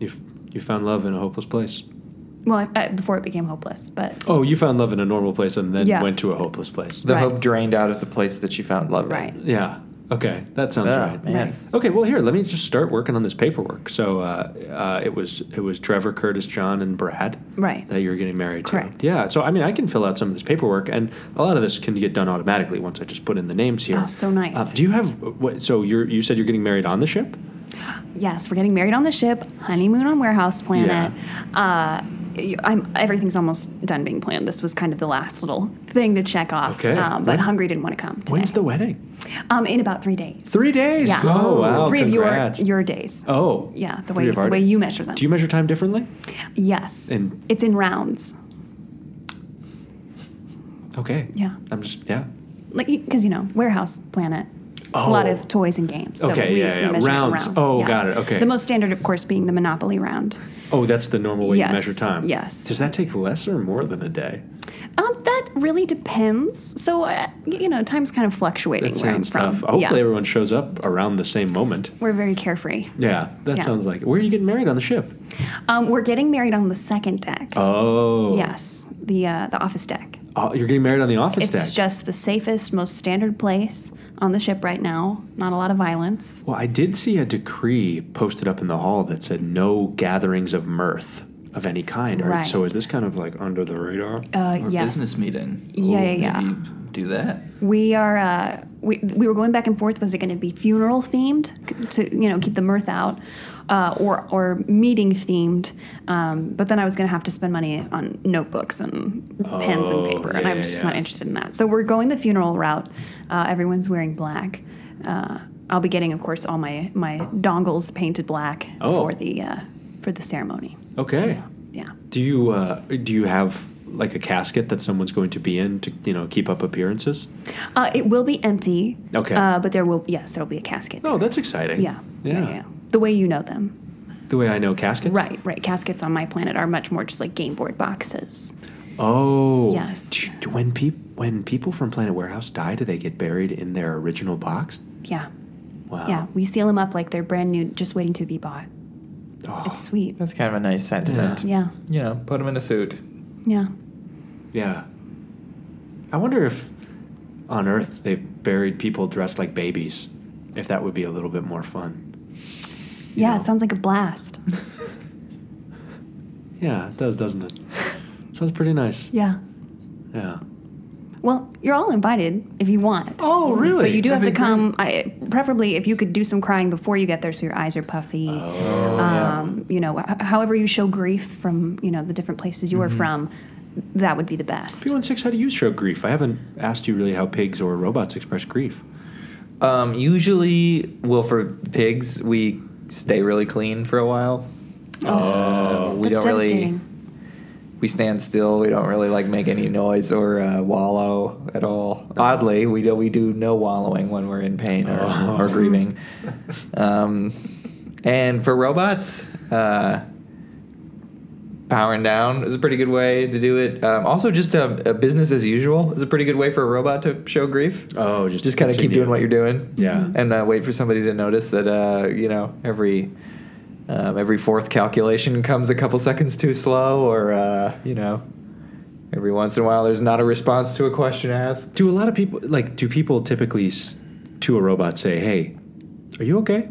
S7: You f- you found love in a hopeless place.
S8: Well, I, uh, before it became hopeless, but
S7: Oh, you found love in a normal place and then
S8: Yeah.
S7: went to a hopeless place.
S6: The
S8: Right.
S6: hope drained out of the place that she found
S7: Oh,
S6: love. in.
S8: right.
S7: Yeah. Okay, that sounds
S6: Ah,
S7: right.
S6: man.
S8: Right.
S7: Okay, well here, let me just start working on this paperwork. So uh, uh, it was it was Trevor, Curtis, John, and Brad.
S8: Right.
S7: That you're getting married
S8: Correct.
S7: to. Yeah. So I mean, I can fill out some of this paperwork, and a lot of this can get done automatically once I just put in the names here.
S8: Oh, so nice.
S7: Uh, do you have? What, so you're you said you're getting married on the ship?
S8: Yes, we're getting married on the ship, honeymoon on warehouse planet. Uh, y- I'm, everything's almost done being planned. This was kind of the last little thing to check off.
S7: Okay.
S8: Um, but
S7: When-
S8: Hungry didn't want to come today.
S7: When's the wedding?
S8: um, in about three days.
S7: Three days.
S8: Yeah.
S7: Oh wow.
S8: Three
S7: congrats.
S8: of your your days.
S7: Oh.
S8: Yeah, the
S7: three
S8: way-
S7: of our
S8: the way
S7: days.
S8: you measure them.
S7: Do you measure time differently?
S8: Yes.
S7: Oh. And-
S8: it's in rounds.
S7: Okay.
S8: Yeah.
S7: I'm just yeah.
S8: Like because you know warehouse planet. It's a lot
S7: Oh.
S8: of toys and games. So
S7: Okay,
S8: we,
S7: yeah,
S8: we
S7: yeah.
S8: measure it in
S7: Rounds. Oh,
S8: yeah.
S7: got it, okay.
S8: The most standard, of course, being the Monopoly round.
S7: Oh, that's the normal way
S8: Yes,
S7: you measure time.
S8: yes.
S7: Does that take less or more than a day?
S8: Um, that really depends. So uh, y- you know, time's kind of fluctuating.
S7: That
S8: where I'm
S7: sounds
S8: from.
S7: tough. Hopefully,
S8: yeah.
S7: everyone shows up around the same moment.
S8: We're very carefree.
S7: Yeah, that
S8: Yeah.
S7: sounds like. Where are you getting married on the ship?
S8: Um, we're getting married on the second deck.
S7: Oh,
S8: Yes, the uh, the office deck.
S7: Oh, you're getting married on the office
S8: It's
S7: deck.
S8: just the safest, most standard place on the ship right now. Not a lot of violence.
S7: well, I did see a decree posted up in the hall that said no gatherings of mirth of any kind. Or-
S8: Right.
S7: So is this kind of like under the radar?
S8: Uh,
S5: Or
S8: yes.
S5: business meeting.
S8: Yeah,
S5: Ooh,
S8: yeah, yeah.
S5: Maybe do that.
S8: We are. Uh, we we were going back and forth. Was it going to be funeral themed c- to you know keep the mirth out, uh, or or meeting themed? Um, but then I was going to have to spend money on notebooks and pens and
S7: Oh,
S8: paper, and
S7: yeah,
S8: I'm
S7: yeah,
S8: just
S7: yeah.
S8: not interested in that. So we're going the funeral route. Uh, everyone's wearing black. Uh, I'll be getting, of course, all my my dongles painted black
S7: Oh.
S8: for the uh, for the ceremony.
S7: Okay.
S8: Yeah.
S7: Do you uh, do you have like a casket that someone's going to be in to you know keep up appearances?
S8: Uh, it will be empty.
S7: Okay.
S8: Uh, but there will yes, there will be a casket.
S7: Oh, that's exciting.
S8: Yeah.
S7: yeah.
S8: The way you know them.
S7: The way I know caskets.
S8: Right, right. Caskets on my planet are much more just like game board boxes.
S7: Oh.
S8: Yes.
S7: Ch- When peop- when people from Planet Warehouse die, do they get buried in their original box?
S8: Yeah.
S7: Wow.
S8: Yeah. We seal them up like they're brand new, just waiting to be bought.
S7: Oh.
S8: It's sweet.
S6: That's kind of a nice sentiment.
S8: Yeah.
S6: You know, put him in a suit.
S8: Yeah.
S7: Yeah. I wonder if on Earth they buried people dressed like babies. If that would be a little bit more fun.
S8: Yeah,
S7: know.
S8: it sounds like a blast.
S7: Yeah, it does, doesn't it? Sounds pretty nice.
S8: yeah.
S7: Yeah.
S8: Well, you're all invited if you want.
S7: Oh, really?
S8: But you do have to come, I, preferably if you could do some crying before you get there so your eyes are puffy.
S7: Oh,
S8: um, You know, h- however you show grief from, you know, the different places you were
S7: Mm-hmm.
S8: from, that would be the best.
S7: 316, how do you show grief? I haven't asked you really how pigs or robots express grief.
S6: Um, usually, well, for pigs, we stay really clean for a while. Oh, we
S8: That's
S6: don't really.
S8: devastating.
S6: We stand still. We don't really like make any noise or uh, wallow at all. Oddly, we do we do no wallowing when we're in pain or,
S7: Oh.
S6: or grieving. Um, and for robots, uh, powering down is a pretty good way to do it. Um, also, just uh, uh, business as usual is a pretty good way for a robot to show grief
S7: Oh, just
S6: just kind of keep doing what you're doing.
S7: Yeah.
S6: And uh, wait for somebody to notice that uh, you know every um, every fourth calculation comes a couple seconds too slow, or uh, you know every once in a while there's not a response to a question asked.
S7: Do a lot of people like? Do people typically s- to a robot say, "Hey, are you okay?"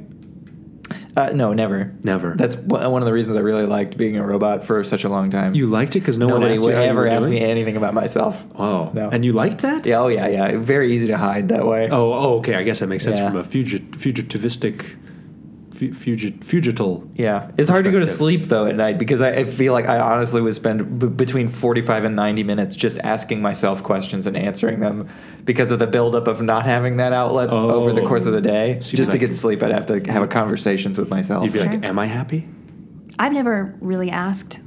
S6: Uh, no, never.
S7: Never.
S6: That's one one of the reasons I really liked being a robot for such a long time.
S7: you liked it because no one
S6: nobody
S7: asked you
S6: would
S7: how you
S6: ever
S7: were
S6: ask me
S7: doing?
S6: anything about myself.
S7: Oh,
S6: No.
S7: and you liked that?
S6: Yeah, oh yeah, yeah. Very easy to hide that way.
S7: Oh, oh, okay. I guess that makes sense
S6: Yeah.
S7: from a fugit- fugitivistic, fugit, fugital.
S6: Yeah, it's hard to go to
S7: Perspective.
S6: sleep though at night because I, I feel like I honestly would spend b- between forty-five and ninety minutes just asking myself questions and answering them because of the buildup of not having that outlet over the
S7: Oh.
S6: course of the day.
S7: So you'd
S6: just to
S7: like-
S6: get sleep, I'd have to have conversations with myself.
S7: You'd be like,
S8: Sure.
S7: "Am I happy?"
S8: I've never really asked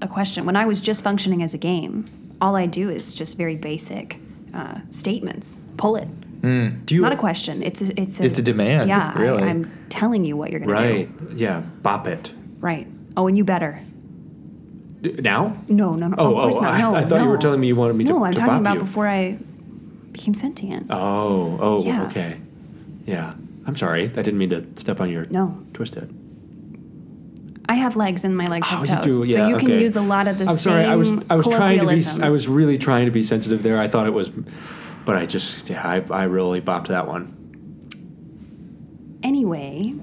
S8: a question. When I was just functioning as a game, all I do is just very basic uh, statements. Pull it.
S7: Do
S8: It's not a question. It's a, it's a,
S6: Mm. It's a demand,
S8: Yeah,
S6: really.
S8: I, I'm telling you what you're gonna
S7: Right.
S8: do.
S7: Yeah. Bop it.
S8: Right. Oh, and you better.
S7: D- Now?
S8: No, no, no.
S7: Oh,
S8: of course
S7: oh,
S8: not.
S7: I-
S8: No,
S7: I thought you
S8: no.
S7: were telling me you wanted me to-
S8: No, I'm
S7: to
S8: talking
S7: bop
S8: about
S7: you.
S8: before I became sentient.
S7: Oh. Oh.
S8: Yeah.
S7: Okay. Yeah. I'm sorry. I didn't mean to step on your.
S8: No.
S7: Twist it.
S8: I have legs and my legs have
S7: Oh, you
S8: toes,
S7: do,
S8: so
S7: yeah,
S8: you can
S7: okay.
S8: use a lot of the
S7: I'm
S8: same
S7: sorry. I was. I was trying to be. s- I
S8: colloquialisms.
S7: was really trying to be sensitive there. I thought it was, but I just. Yeah, I. I really bopped that one.
S8: Anyway.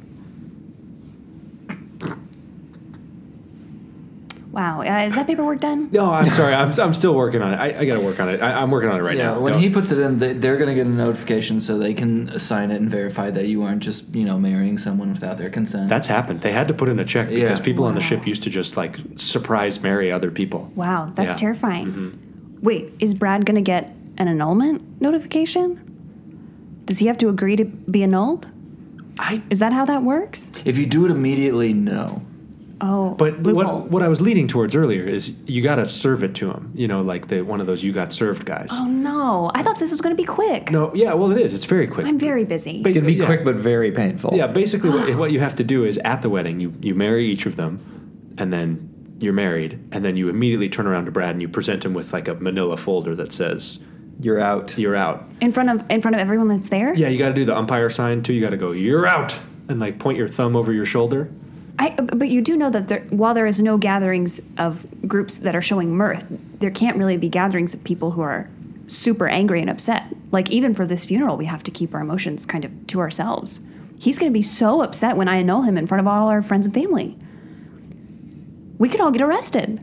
S8: Wow, uh, is that paperwork done?
S7: No, I'm sorry. I'm. I'm still working on it. I, I got to work on it. I, I'm working on it right
S5: yeah,
S7: now.
S5: when
S7: Don't-
S5: he puts it in, they- they're going to get a notification so they can assign it and verify that you aren't just, you know, marrying someone without their consent.
S7: That's happened. They had to put in a check because
S5: Yeah.
S7: people on the
S8: Wow.
S7: ship used to just like surprise marry other people.
S8: Wow, that's
S7: Yeah. Mm-hmm.
S8: terrifying. Wait, is Brad going to get an annulment notification? Does he have to agree to be annulled?
S7: I.
S8: Is that how that works?
S5: if you do it immediately, no.
S8: Oh,
S7: But
S8: loophole.
S7: what what I was leading towards earlier is you got to serve it to them. You know, like the one of those you got served guys.
S8: Oh no, I thought this was going to be quick.
S7: No, yeah, well, it is. It's very quick.
S8: I'm very busy.
S7: Ba-
S6: it's gonna be
S7: yeah.
S6: quick but very painful.
S7: Yeah, basically, what, what you have to do is at the wedding, you, you marry each of them, and then you're married, and then you immediately turn around to Brad and you present him with like a manila folder that says,
S6: you're out.
S7: You're out.
S8: In front of in front of everyone that's there?
S7: Yeah, you got to do the umpire sign too. You got to go, You're out, and like point your thumb over your shoulder.
S8: I, but you do know that there, while there is no gatherings of groups that are showing mirth, there can't really be gatherings of people who are super angry and upset. Like even for this funeral, we have to keep our emotions kind of to ourselves. He's going to be so upset when I annul him in front of all our friends and family. We could all get arrested.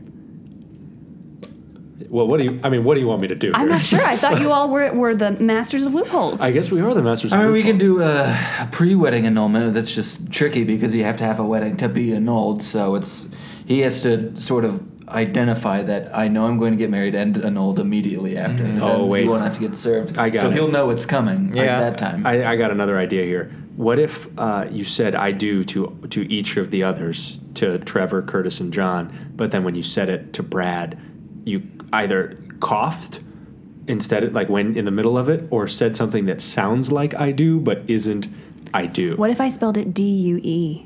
S7: Well, what do you, I mean, what do you want me to do?
S8: I'm
S7: here?
S8: not sure. I thought you all were, were the masters of loopholes.
S7: I guess we are the masters of
S5: I mean, we can
S7: loopholes.
S5: do a, a pre-wedding annulment. That's just tricky because you have to have a wedding to be annulled. So it's he has to sort of identify that I know I'm going to get married and annulled immediately after. and
S7: Oh,
S5: then
S7: wait.
S5: you won't have to get served.
S7: I got
S5: so
S7: it.
S5: he'll know it's coming
S6: Yeah,
S5: at that time.
S7: I, I got another idea here. What if uh, you said "I do" to to each of the others, to Trevor, Curtis, and John, but then when you said it to Brad, you either coughed instead, of, like when in the middle of it, or said something that sounds like "I do" but isn't "I do."
S8: what if I spelled it D U E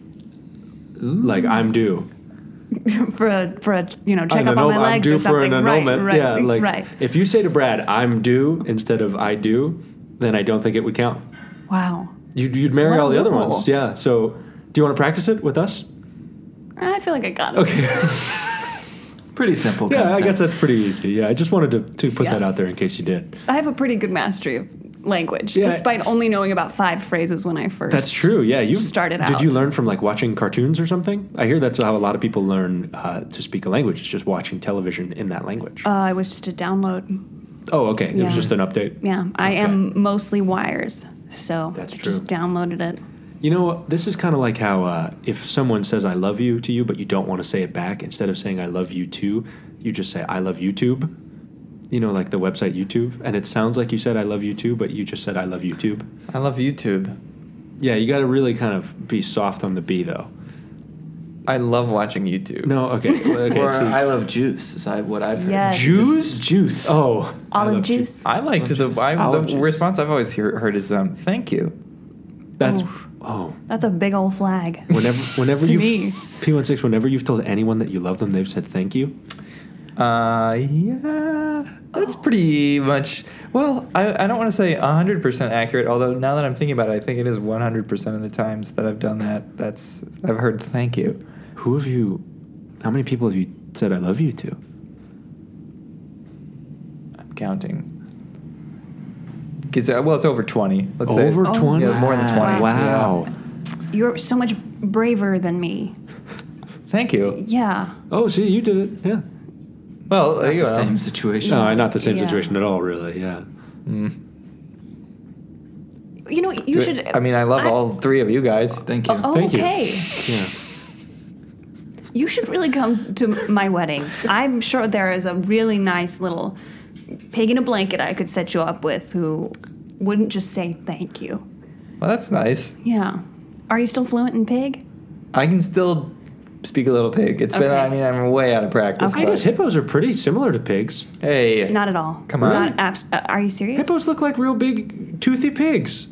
S7: Like I'm due.
S8: for a for a you know check
S7: An
S8: up on my
S7: annul- I'm
S8: legs
S7: due
S8: or
S7: for
S8: something?
S7: an
S8: right,
S7: annulment.
S8: right,
S7: yeah, like
S8: right.
S7: if you say to Brad "I'm due" instead of "I do," then I don't think it would count.
S8: Wow.
S7: You'd, you'd marry
S8: What a
S7: all the other
S8: loophole.
S7: ones. Yeah. So, do you want to practice it with us?
S8: I feel like I got it.
S5: Pretty simple.
S7: Yeah,
S5: concept.
S7: I guess that's pretty easy. Yeah, I just wanted to, to put
S8: Yeah.
S7: that out there in case you did.
S8: I have a pretty good mastery of language,
S7: Yeah.
S8: despite only knowing about five phrases when I first.
S7: That's true. Yeah, you
S8: started
S7: Did you
S8: out.
S7: learn from like watching cartoons or something? I hear that's how a lot of people learn uh, to speak a language. It's just watching television in that language.
S8: Uh, I was just a download.
S7: oh, okay. It
S8: yeah.
S7: was just an update.
S8: Yeah, I
S7: Okay.
S8: am mostly wires, so
S7: That's
S8: I just
S7: true.
S8: downloaded it.
S7: You know, this is kind of like how uh, if someone says "I love you" to you, but you don't want to say it back, instead of saying "I love you too," you just say "I love YouTube." You know, like the website YouTube, and it sounds like you said "I love you too," but you just said "I love YouTube."
S6: I love YouTube.
S7: Yeah, you got to really kind of be soft on the B, though.
S6: I love watching YouTube.
S7: No, okay. okay
S5: Or
S7: see.
S5: I love juice is I- what I've heard.
S8: Yes.
S7: Jews?
S5: Juice.
S7: Oh, I
S8: Olive
S7: love
S8: juice.
S6: I liked the, I,
S5: Olive
S6: the
S5: juice.
S6: response I've always hear, heard is um, thank you.
S7: That's oh.
S8: That's a big old flag.
S7: Whenever, whenever
S8: To
S7: you
S8: me.
S7: P16, whenever you've told anyone that you love them, they've said thank you.
S6: Uh, yeah, that's pretty much. Well, I, I don't want to say 100% accurate, although now that I'm thinking about it, I think it is 100% of the times that I've done that. That's I've heard thank you.
S7: Who have you? How many people have you said I love you to?
S6: I'm counting. 'Cause, uh, well, it's over 20. Let's say
S7: Over
S6: Yeah,
S7: 20?
S6: more than 20.
S7: Wow.
S8: You're so much braver than
S6: Yeah.
S8: me.
S6: Thank you.
S8: Yeah.
S7: Oh, see, you did it. Yeah.
S6: Well,
S5: Not
S6: you
S5: the
S6: know.
S5: same situation.
S7: No, not the same
S8: Yeah.
S7: situation at all, really. Yeah.
S8: You know, you should.
S6: I mean, I love
S8: I-
S6: all three of you guys.
S5: Thank you.
S8: Oh,
S7: Thank you.
S8: okay.
S7: Yeah.
S8: You should really come to my wedding. I'm sure there is a really nice little pig in a blanket I could set you up with who wouldn't just say thank you.
S6: Well, that's nice.
S8: Yeah. Are you still fluent in pig?
S6: I can still speak a little pig. It's been,
S8: Okay.
S6: I mean, I'm way out of practice.
S8: Okay.
S7: I
S6: but-
S7: guess Uh, hippos are pretty similar to pigs.
S6: Hey.
S8: Not at all.
S6: Come on.
S8: Not abs- uh, are you serious?
S7: Hippos look like real big, toothy pigs.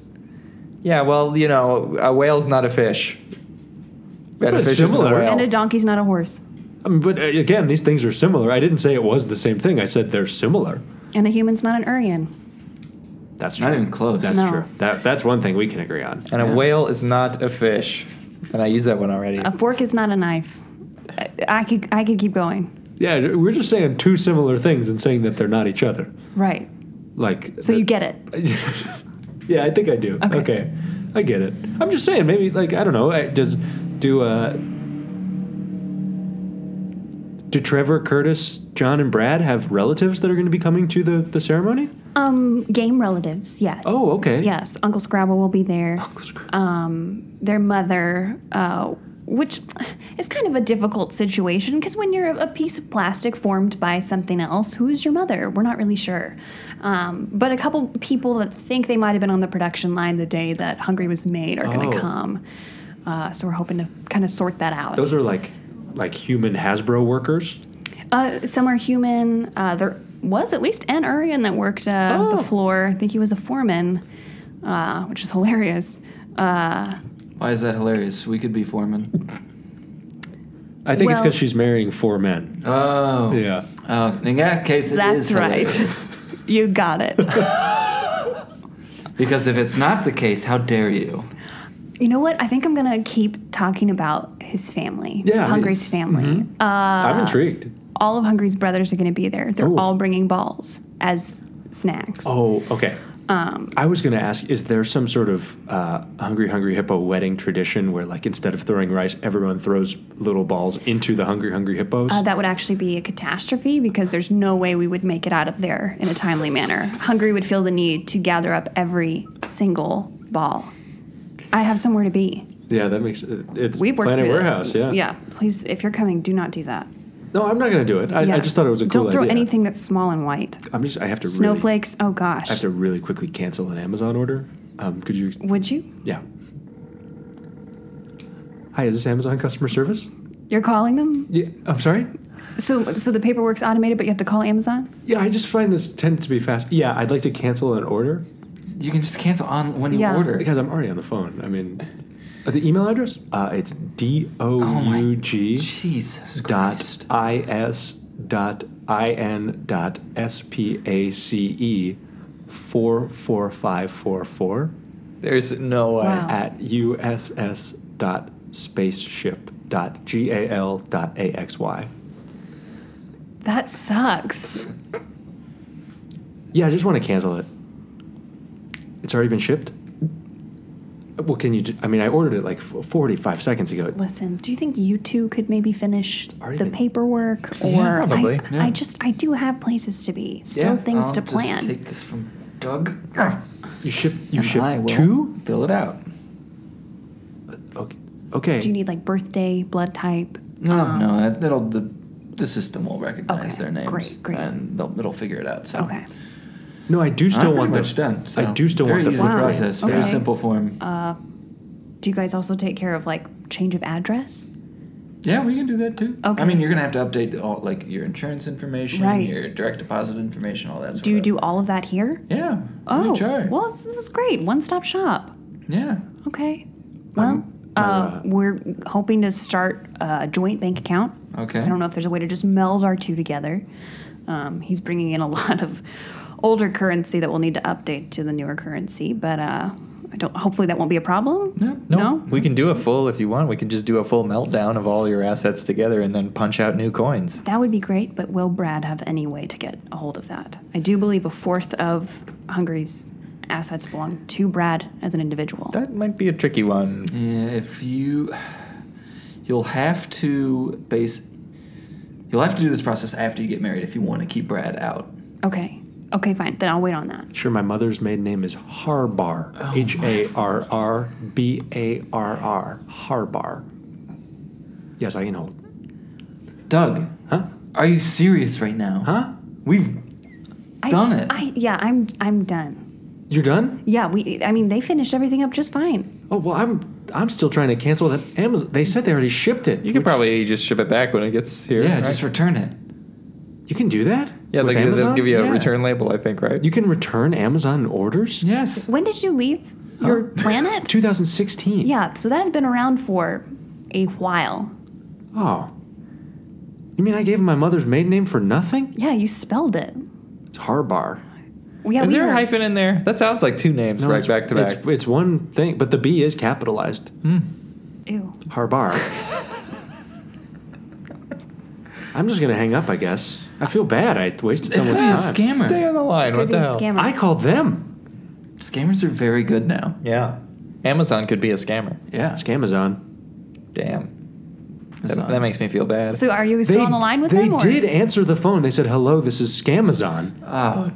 S6: Yeah, well, you know, a whale's not a fish. And
S7: But
S6: a
S7: it's
S6: fish
S7: similar.
S6: isn't a
S8: and
S6: whale.
S8: a donkey's not a horse.
S7: I mean, but uh, again, these things are similar. I didn't say it was the same thing. I said they're similar.
S8: And a human's not an Urian.
S7: That's true.
S5: Not even close.
S7: That's
S8: No.
S7: true. That that's one thing we can agree on.
S6: and a whale is not a fish. And I used that one already.
S8: A fork is not a knife. I, I could I could keep going.
S7: Yeah, we're just saying two similar things and saying that they're not each other.
S8: Right.
S7: Like
S8: So you get it.
S7: Yeah, I think I do. Okay.
S8: Okay.
S7: I get it. I'm just saying, maybe like I don't know. I- Does do uh do Trevor, Curtis, John, and Brad have relatives that are going to be coming to the the ceremony?
S8: Um, game relatives, yes.
S7: Oh, okay.
S8: Yes, Uncle Scrabble will be there.
S7: Um,
S8: Their mother, uh, which is kind of a difficult situation because when you're a, a piece of plastic formed by something else, who is your mother? We're not really sure. Um, but a couple people that think they might have been on the production line the day that Hungry was made are going to
S7: Oh.
S8: come. Uh, so we're hoping to kind of sort that out.
S7: Those are like like human Hasbro workers.
S8: Uh, some are human. Uh, there was at least an Urian that worked uh,
S5: Oh.
S8: the floor. I think he was a foreman, uh, which is hilarious.
S5: Why is that hilarious? We could be foreman.
S7: I think it's
S8: Well-
S7: because she's marrying four men.
S5: Oh.
S7: yeah.
S5: Oh, in that case, it is
S8: That's right.
S5: hilarious.
S8: You got it.
S5: Because if it's not the case, how dare you?
S8: you know what? I think I'm gonna keep talking about his family.
S7: Yeah,
S8: Hungry's
S7: it's-
S8: family.
S5: Mm-hmm.
S8: Uh,
S7: I'm intrigued.
S8: All of Hungry's brothers are gonna be there. They're
S5: Oh.
S7: Ooh.
S8: all bringing balls as snacks.
S7: Oh, okay.
S8: Um,
S7: I was going to ask: Is there some sort of uh, hungry, hungry hippo wedding tradition where, like, instead of throwing rice, everyone throws little balls into the hungry, hungry hippos?
S8: Uh, that would actually be a catastrophe because there's no way we would make it out of there in a timely manner. Hungary would feel the need to gather up every single ball. I have somewhere to be.
S7: yeah, that makes uh, it's
S8: We've worked
S7: Planet
S8: through
S7: Warehouse.
S8: this.
S7: Yeah,
S8: Yeah. Please, if you're coming, do not do that.
S7: No, I'm not going to do it. I,
S8: Yeah.
S7: I just thought it was a cool
S8: Don't throw
S7: idea.
S8: anything that's small and white.
S7: I'm just. I have to Really,
S8: Snowflakes. Oh
S7: I have
S8: gosh.
S7: to really quickly cancel an Amazon order. Um, could you?
S8: Would you?
S7: Yeah. Hi, is this Amazon customer service?
S8: You're calling them?
S7: Yeah, I'm sorry.
S8: So, so the paperwork's automated, but you have to call Amazon.
S7: Yeah, I just find this tends to be fast. Yeah, I'd like to cancel an order.
S5: You can just cancel on when you
S8: Yeah.
S5: order.
S7: Because I'm already on the phone. I mean, uh, the email address? Oh Uh, it's d o u g
S5: Jesus
S7: dot
S5: Christ.
S7: i s dot i n dot s p a c e four four five four four
S6: There's no way.
S8: Wow.
S7: at uss dot spaceship dot g a l dot a x y.
S8: That sucks.
S7: Yeah, I just want to cancel it. It's already been shipped. Well, can you? Do, I mean, I ordered it like f- forty-five seconds ago.
S8: Listen, do you think you two could maybe finish
S7: Already
S8: the
S7: been-
S8: paperwork? Or
S6: Yeah, probably.
S8: I, I just I do have places to be, still
S5: Yeah,
S8: things
S5: I'll
S8: to
S5: just
S8: plan.
S5: Take this from Doug.
S7: You ship? You
S5: And I
S7: shipped
S5: will
S7: two?
S5: Fill it out.
S7: Okay. Okay.
S8: do you need like birthday, blood type?
S5: No, no, that, that'll the the system will recognize
S8: Um, Okay,
S5: their names
S8: great, great.
S5: and they'll it'll figure it out. So
S8: Okay.
S7: no, I do
S3: Ah,
S7: still
S5: I'm
S7: want
S5: pretty
S7: the.
S5: much done. so
S7: I do still
S5: very
S7: want the
S5: easy
S7: flip
S8: Wow.
S5: process. Very
S8: Okay. Uh,
S5: simple form.
S8: Do you guys also take care of like change of address?
S5: yeah, we can do that too.
S8: Okay.
S5: I mean, you're gonna have to update all like your insurance information,
S8: Right.
S5: your direct deposit information, all that. Sort
S8: Do you
S5: of.
S8: do all of that here?
S5: Yeah.
S8: Oh,
S5: in charge.
S8: well, this, this is great. One stop shop.
S5: yeah.
S8: Okay. Well, uh, we're hoping to start a joint bank account.
S5: Okay.
S8: I don't know if there's a way to just meld our two together. Um, he's bringing in a lot of older currency that we'll need to update to the newer currency, but uh, I don't. Hopefully, that won't be a problem.
S5: No.
S6: No,
S8: No?
S6: we can do a full if you want. We can just do a full meltdown of all your assets together and then punch out new coins.
S8: That would be great, but will Brad have any way to get a hold of that? I do believe a fourth of Hungary's assets belong to Brad as an individual.
S6: That might be a tricky one.
S7: Mm-hmm.
S5: Yeah, if you, you'll have to base. You'll have to do this process after you get married if you want to keep Brad out.
S8: Okay. Okay, fine. Then I'll wait on that.
S7: Sure, my mother's maiden name is Harbar.
S6: Oh
S7: H A R R B A R R. Harbar. Yes, I can hold.
S5: Doug,
S7: Huh?
S5: are you serious right now?
S7: Huh?
S5: We've
S8: I-
S5: done it.
S8: I, yeah, I'm I'm done.
S7: You're done?
S8: Yeah, we. I mean, they finished everything up just fine.
S7: Oh well, I'm I'm still trying to cancel that Amazon. They said they already shipped it.
S6: You could
S7: which-
S6: probably just ship it back when it gets here.
S5: yeah,
S6: right?
S5: just return it.
S7: you can do that.
S6: yeah.
S7: With
S6: They, they'll
S7: Amazon?
S6: give you a
S5: Yeah.
S6: return label, I think, right?
S7: You can return Amazon orders.
S5: Yes.
S8: When did you leave your planet?
S7: 2016.
S8: yeah, so that had been around for a while.
S7: Oh. You mean I gave him my mother's maiden name for nothing?
S8: Yeah, you spelled it.
S7: It's Harbar.
S8: Well, Yeah,
S6: Is
S8: we
S6: there
S8: were-
S6: a hyphen in there? That sounds like two names right
S7: it's-
S6: back to back.
S7: It's, it's one thing, but the B is capitalized.
S8: Ew.
S7: Harbar. I'm just gonna hang up, I guess. I feel bad. I wasted
S5: It could
S7: someone's
S5: be
S7: time.
S5: a scammer.
S6: Stay on the line.
S8: Could
S6: What
S8: be
S6: the
S8: a
S6: hell?
S8: scammer.
S7: I called them.
S5: Scammers are very good now.
S6: Yeah. Amazon could be a scammer.
S5: Yeah.
S7: Scamazon.
S6: Damn.
S5: It's
S6: That,
S5: not-
S6: that makes me feel bad.
S8: so are you still on the line with
S7: they
S8: them? Or?
S7: did answer the phone. They said, "Hello, this is Scamazon,"
S5: oh,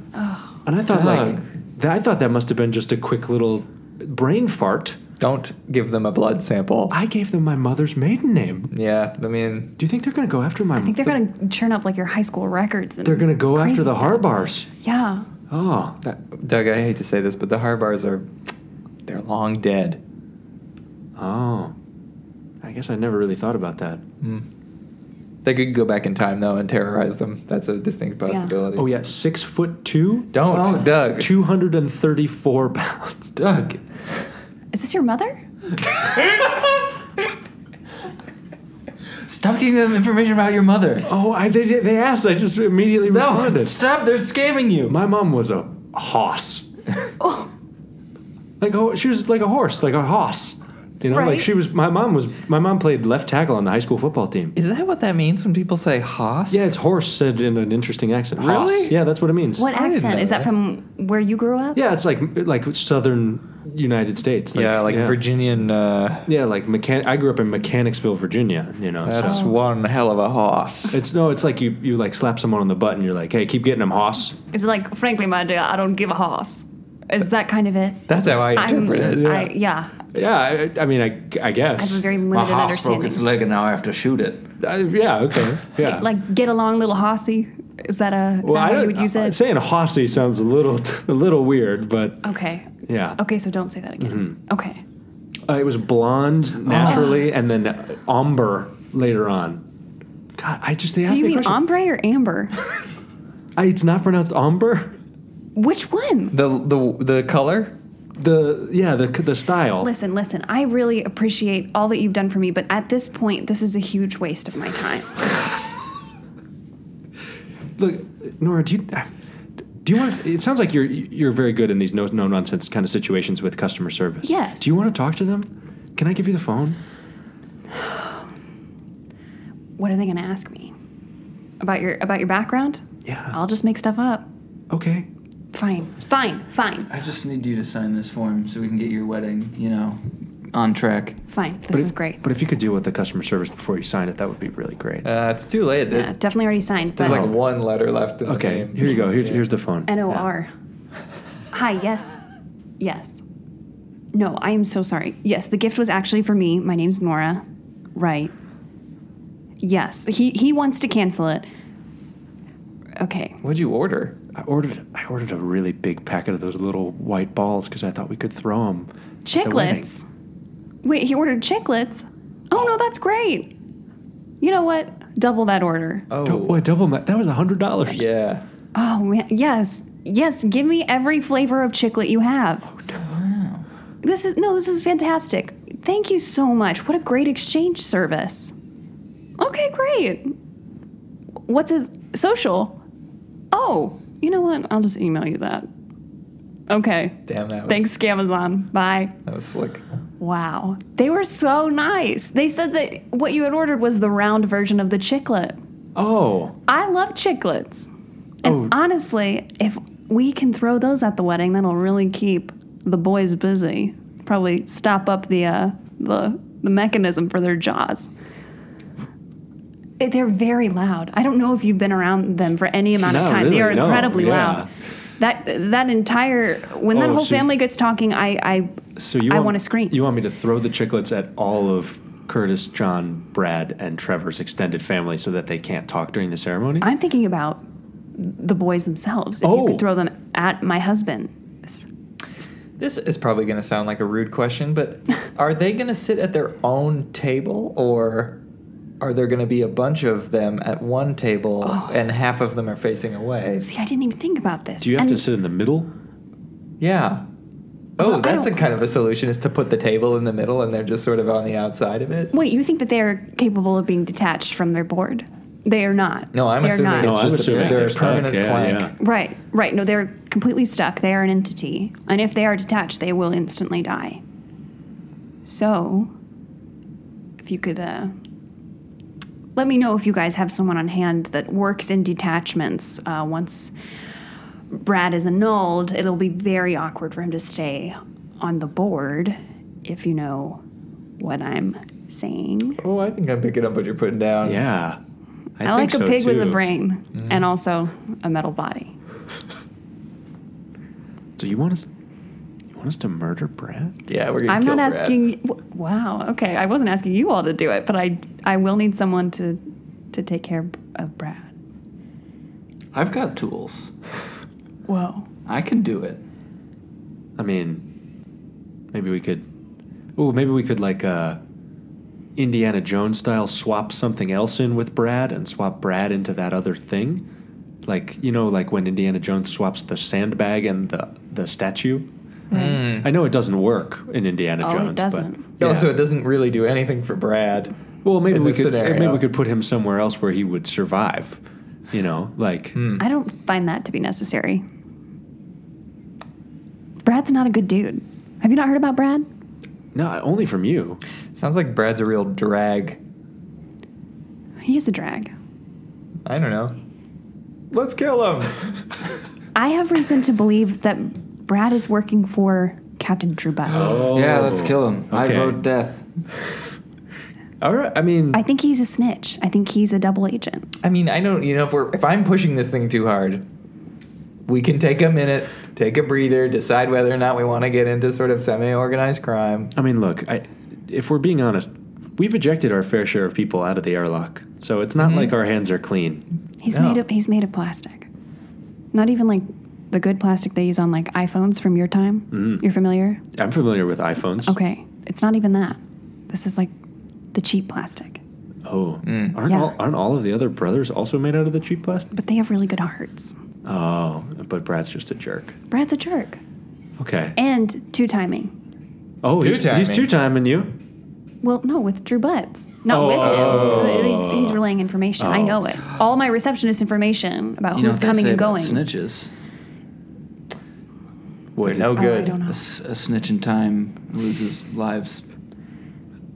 S7: and I thought,
S5: Doug.
S7: like, that, I thought that must have been just a quick little brain fart.
S6: Don't give them a blood sample.
S7: I gave them my mother's maiden name.
S6: yeah, I mean,
S7: Do you think they're gonna go after my?
S8: I think they're going to churn up like your high school records. And
S7: They're gonna go
S8: crazy
S7: after the
S8: stuff.
S7: Harbars.
S8: Yeah.
S7: Oh,
S6: that, Doug, I hate to say this, but the Harbars are they're long dead.
S7: oh. I guess I never really thought about that.
S6: They could go back in time though and terrorize them. That's a distinct possibility.
S7: Oh yeah, six foot two.
S6: Don't, Doug.
S7: 234 pounds.
S5: Doug.
S8: Is this your mother?
S5: Stop giving them information about your mother.
S7: Oh, I, they, they asked. I just immediately
S5: No,
S7: responded.
S5: stop. They're scamming you.
S7: My mom was a hoss.
S8: Oh.
S7: Like oh, she was like a horse, like a hoss. You know, like
S8: Right.
S7: she was. My mom was. My mom played left tackle on the high school football team.
S6: Is that what that means when people say Haas?
S7: Yeah, it's horse said in an interesting accent. Hoss.
S6: Really?
S7: Yeah, that's what it means.
S8: What
S6: I didn't
S8: accent?
S6: know
S8: Is that
S6: that.
S8: from where you grew up?
S7: Yeah, it's like like southern United States.
S6: yeah, like
S7: yeah.
S6: Virginian. Uh,
S7: Yeah, like mechan- I grew up in Mechanicsville, Virginia. You know, so
S6: that's
S5: Oh.
S6: one hell of a Haas.
S7: it's no, it's like you you like slap someone on the butt and you're like, hey, keep getting them, hoss.
S8: Is it like, frankly, my dear, I don't give a hoss? Is that kind of it?
S6: That's how I
S8: I'm,
S6: interpret it.
S8: I, yeah.
S7: Yeah, I, I mean, I, I
S8: I have
S7: guess.
S8: a very
S5: My
S8: limited
S5: horse broke
S8: understanding.
S5: its leg and now I have to shoot it.
S7: Uh, yeah, okay. Yeah.
S8: Like, get along, little hossy. Is that a? Is that how you would use
S7: uh,
S8: it?
S7: Saying hossy sounds a little a little weird, but
S8: okay.
S7: yeah.
S8: Okay, so don't say that again. Okay.
S7: Uh, it was
S8: Oh.
S7: blonde naturally, and then ombre later on. God, I just they asked
S8: Do you
S7: me a
S8: mean
S7: question.
S8: ombre or amber?
S7: I- it's not pronounced ombre.
S8: Which one?
S6: The the the color.
S7: The yeah the the style.
S8: Listen, listen. I really appreciate all that you've done for me, but at this point, this is a huge waste of my time.
S7: Look, Nora, do you uh, do you want? To, it sounds like you're you're very good in these no no nonsense kind of situations with customer service.
S8: Yes.
S7: Do you want to talk to them? Can I give you the phone?
S8: What are they going to ask me about your about your background?
S7: Yeah.
S8: I'll just make stuff up.
S7: Okay.
S8: Fine, fine, fine,
S5: I just need you to sign this form so we can get your wedding, you know, on track.
S8: fine. This
S7: But
S8: is
S7: if-
S8: great.
S7: But if you could deal with the customer service before you sign it, that would be really great.
S6: Uh, it's too late.
S8: Yeah, definitely already signed. But
S6: There's like one letter left. In
S7: okay,
S6: The name.
S7: here you go. Here's, here's the phone.
S8: N O R. Hi, yes. Yes. No, I am so sorry. Yes, the gift was actually for me. My name's Nora. Right. Yes, he, he wants to cancel it. Okay.
S6: What'd you order?
S7: I ordered I ordered a really big packet of those little white balls because I thought we could throw them.
S8: Chiclets. Wait, he ordered chiclets? Oh, no, that's great. You know what? Double that order.
S7: Oh, what double that? That was a hundred dollars.
S6: Yeah.
S8: Oh, man. Yes. Yes, give me every flavor of chiclet you have.
S6: Oh,
S8: This is no, this is fantastic. Thank you so much. What a great exchange service. Okay, great. What's his social? Oh, you know what? I'll just email you that. Okay.
S6: Damn that. Was,
S8: Thanks, Amazon. Bye.
S6: That was slick.
S8: Wow. They were so nice. They said that what you had ordered was the round version of the chiclet.
S7: Oh,
S8: I love chiclets. And honestly, if we can throw those at the wedding, that'll really keep the boys busy. Probably stop up the uh, the the mechanism for their jaws. Eh, They're very loud. I don't know if you've been around them for any amount
S7: no,
S8: of time.
S7: really,
S8: they are
S7: no,
S8: incredibly
S7: yeah.
S8: loud. That that entire when that
S7: Oh,
S8: whole
S7: so-
S8: family gets talking, I I
S7: So you
S8: I
S7: want
S8: want to scream.
S7: You want me to throw the chiclets at all of Curtis, John, Brad, and Trevor's extended family so that they can't talk during the ceremony?
S8: I'm thinking about the boys themselves. If you
S7: Oh.
S8: could throw them at my husband. S-
S6: This is probably going to sound like a rude question, but are they going to sit at their own table or are there going to be a bunch of them at one table and half of them are facing away?
S8: Oh. See, I didn't even think about this.
S7: Do you have
S8: and
S7: to sit in the middle?
S6: Yeah. Oh,
S8: Well, I
S6: that's a
S8: don't-
S6: kind of a solution is to put the table in the middle and they're just sort of on the outside of it.
S8: Wait, you think that they are capable of being detached from their board? They are not.
S6: No, I'm
S8: They're
S6: assuming
S8: not.
S6: it's
S7: No, I'm
S6: just a-
S7: assuming
S6: they're
S7: they're
S6: a
S7: stuck,
S6: permanent
S7: yeah,
S6: plank.
S7: yeah.
S8: Right, right. No, they're completely stuck. They are an entity. And if they are detached, they will instantly die. So, if you could uh, let me know if you guys have someone on hand that works in detachments. Uh, once Brad is annulled, it'll be very awkward for him to stay on the board, if you know what I'm saying.
S6: Oh, I think I'm picking up what you're putting down.
S7: Yeah.
S8: I, like
S7: think
S8: a
S7: so,
S8: pig with a
S7: too. Mm-hmm.
S8: brain and also a metal body.
S7: So you want us? You want us to murder Brad?
S6: Yeah, we're gonna
S8: I'm
S6: kill
S8: not
S6: Brad.
S8: asking. w- Wow. Okay. I wasn't asking you all to do it, but I I will need someone to to take care of Brad.
S5: I've got tools.
S8: Whoa.
S5: I can do it.
S7: I mean, maybe we could. Ooh, maybe we could like uh, Indiana Jones style swap something else in with Brad and swap Brad into that other thing. Like you know, like when Indiana Jones swaps the sandbag and the the statue. I know it doesn't work in Indiana
S8: Oh, it
S7: Jones.
S8: doesn't.
S7: But,
S6: Also,
S7: Yeah.
S6: it doesn't really do anything for Brad.
S7: well, maybe
S6: in
S7: we
S6: this
S7: could
S6: scenario.
S7: maybe we could put him somewhere else where he would survive. You know, like
S8: I don't find that to be necessary. Brad's not a good dude. Have you not heard about Brad?
S7: not only from you.
S6: Sounds like Brad's a real drag.
S8: He is a drag.
S6: I don't know. Let's kill him.
S8: I have reason to believe that Brad is working for Captain Drew Butts.
S5: Yeah, let's
S6: Oh,
S5: kill him.
S7: okay.
S5: I vote death.
S7: All right. I mean,
S8: I think he's a snitch. I think he's a double agent.
S6: I mean, I don't. You know, if we're if I'm pushing this thing too hard, we can take a minute, take a breather, decide whether or not we want to get into sort of semi-organized crime.
S7: I mean, look, I, if we're being honest, we've ejected our fair share of people out of the airlock, so it's
S8: Mm-hmm.
S7: not like our hands are clean.
S8: He's
S6: No.
S8: made of he's made of plastic. Not even like the good plastic they use on like iPhones from your time. You're familiar?
S7: I'm familiar with iPhones.
S8: Okay. It's not even that. This is like the cheap plastic.
S7: Oh, aren't
S8: Mm. Yeah.
S7: all aren't all of the other brothers also made out of the cheap plastic?
S8: But they have really good hearts.
S7: Oh, but Brad's just a jerk.
S8: Brad's a jerk.
S7: Okay.
S8: And two timing.
S7: Oh, he's,
S6: Two-timing.
S7: he's two timing you.
S8: Well, no, with Drew Butts. Not with him.
S5: Oh.
S8: He's, he's relaying information. I know it. All my receptionist information about
S5: You know
S8: who's
S5: what they
S8: coming
S5: say
S8: and
S5: about
S8: going.
S5: snitches.
S6: We're no
S8: Oh, I
S6: good.
S8: don't
S5: A,
S8: know.
S5: s- a snitch in time loses lives.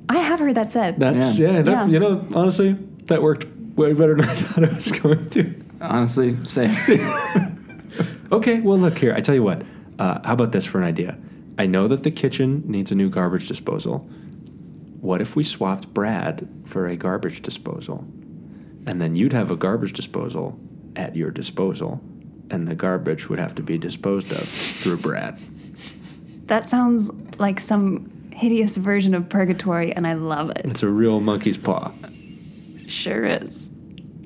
S8: I have heard that said.
S7: That's yeah. that,
S8: Yeah.
S7: You know, honestly, that worked way better than I thought it was going to.
S8: Oh.
S5: Honestly, same.
S7: Okay, well, look here. I tell you what. Uh, how about this for an idea? I know that the kitchen needs a new garbage disposal. What if we swapped Brad for a garbage disposal? And then you'd have a garbage disposal at your disposal, and the garbage would have to be disposed of through Brad.
S8: that sounds like some hideous version of purgatory, and I love it.
S7: It's a real monkey's paw.
S8: Sure is.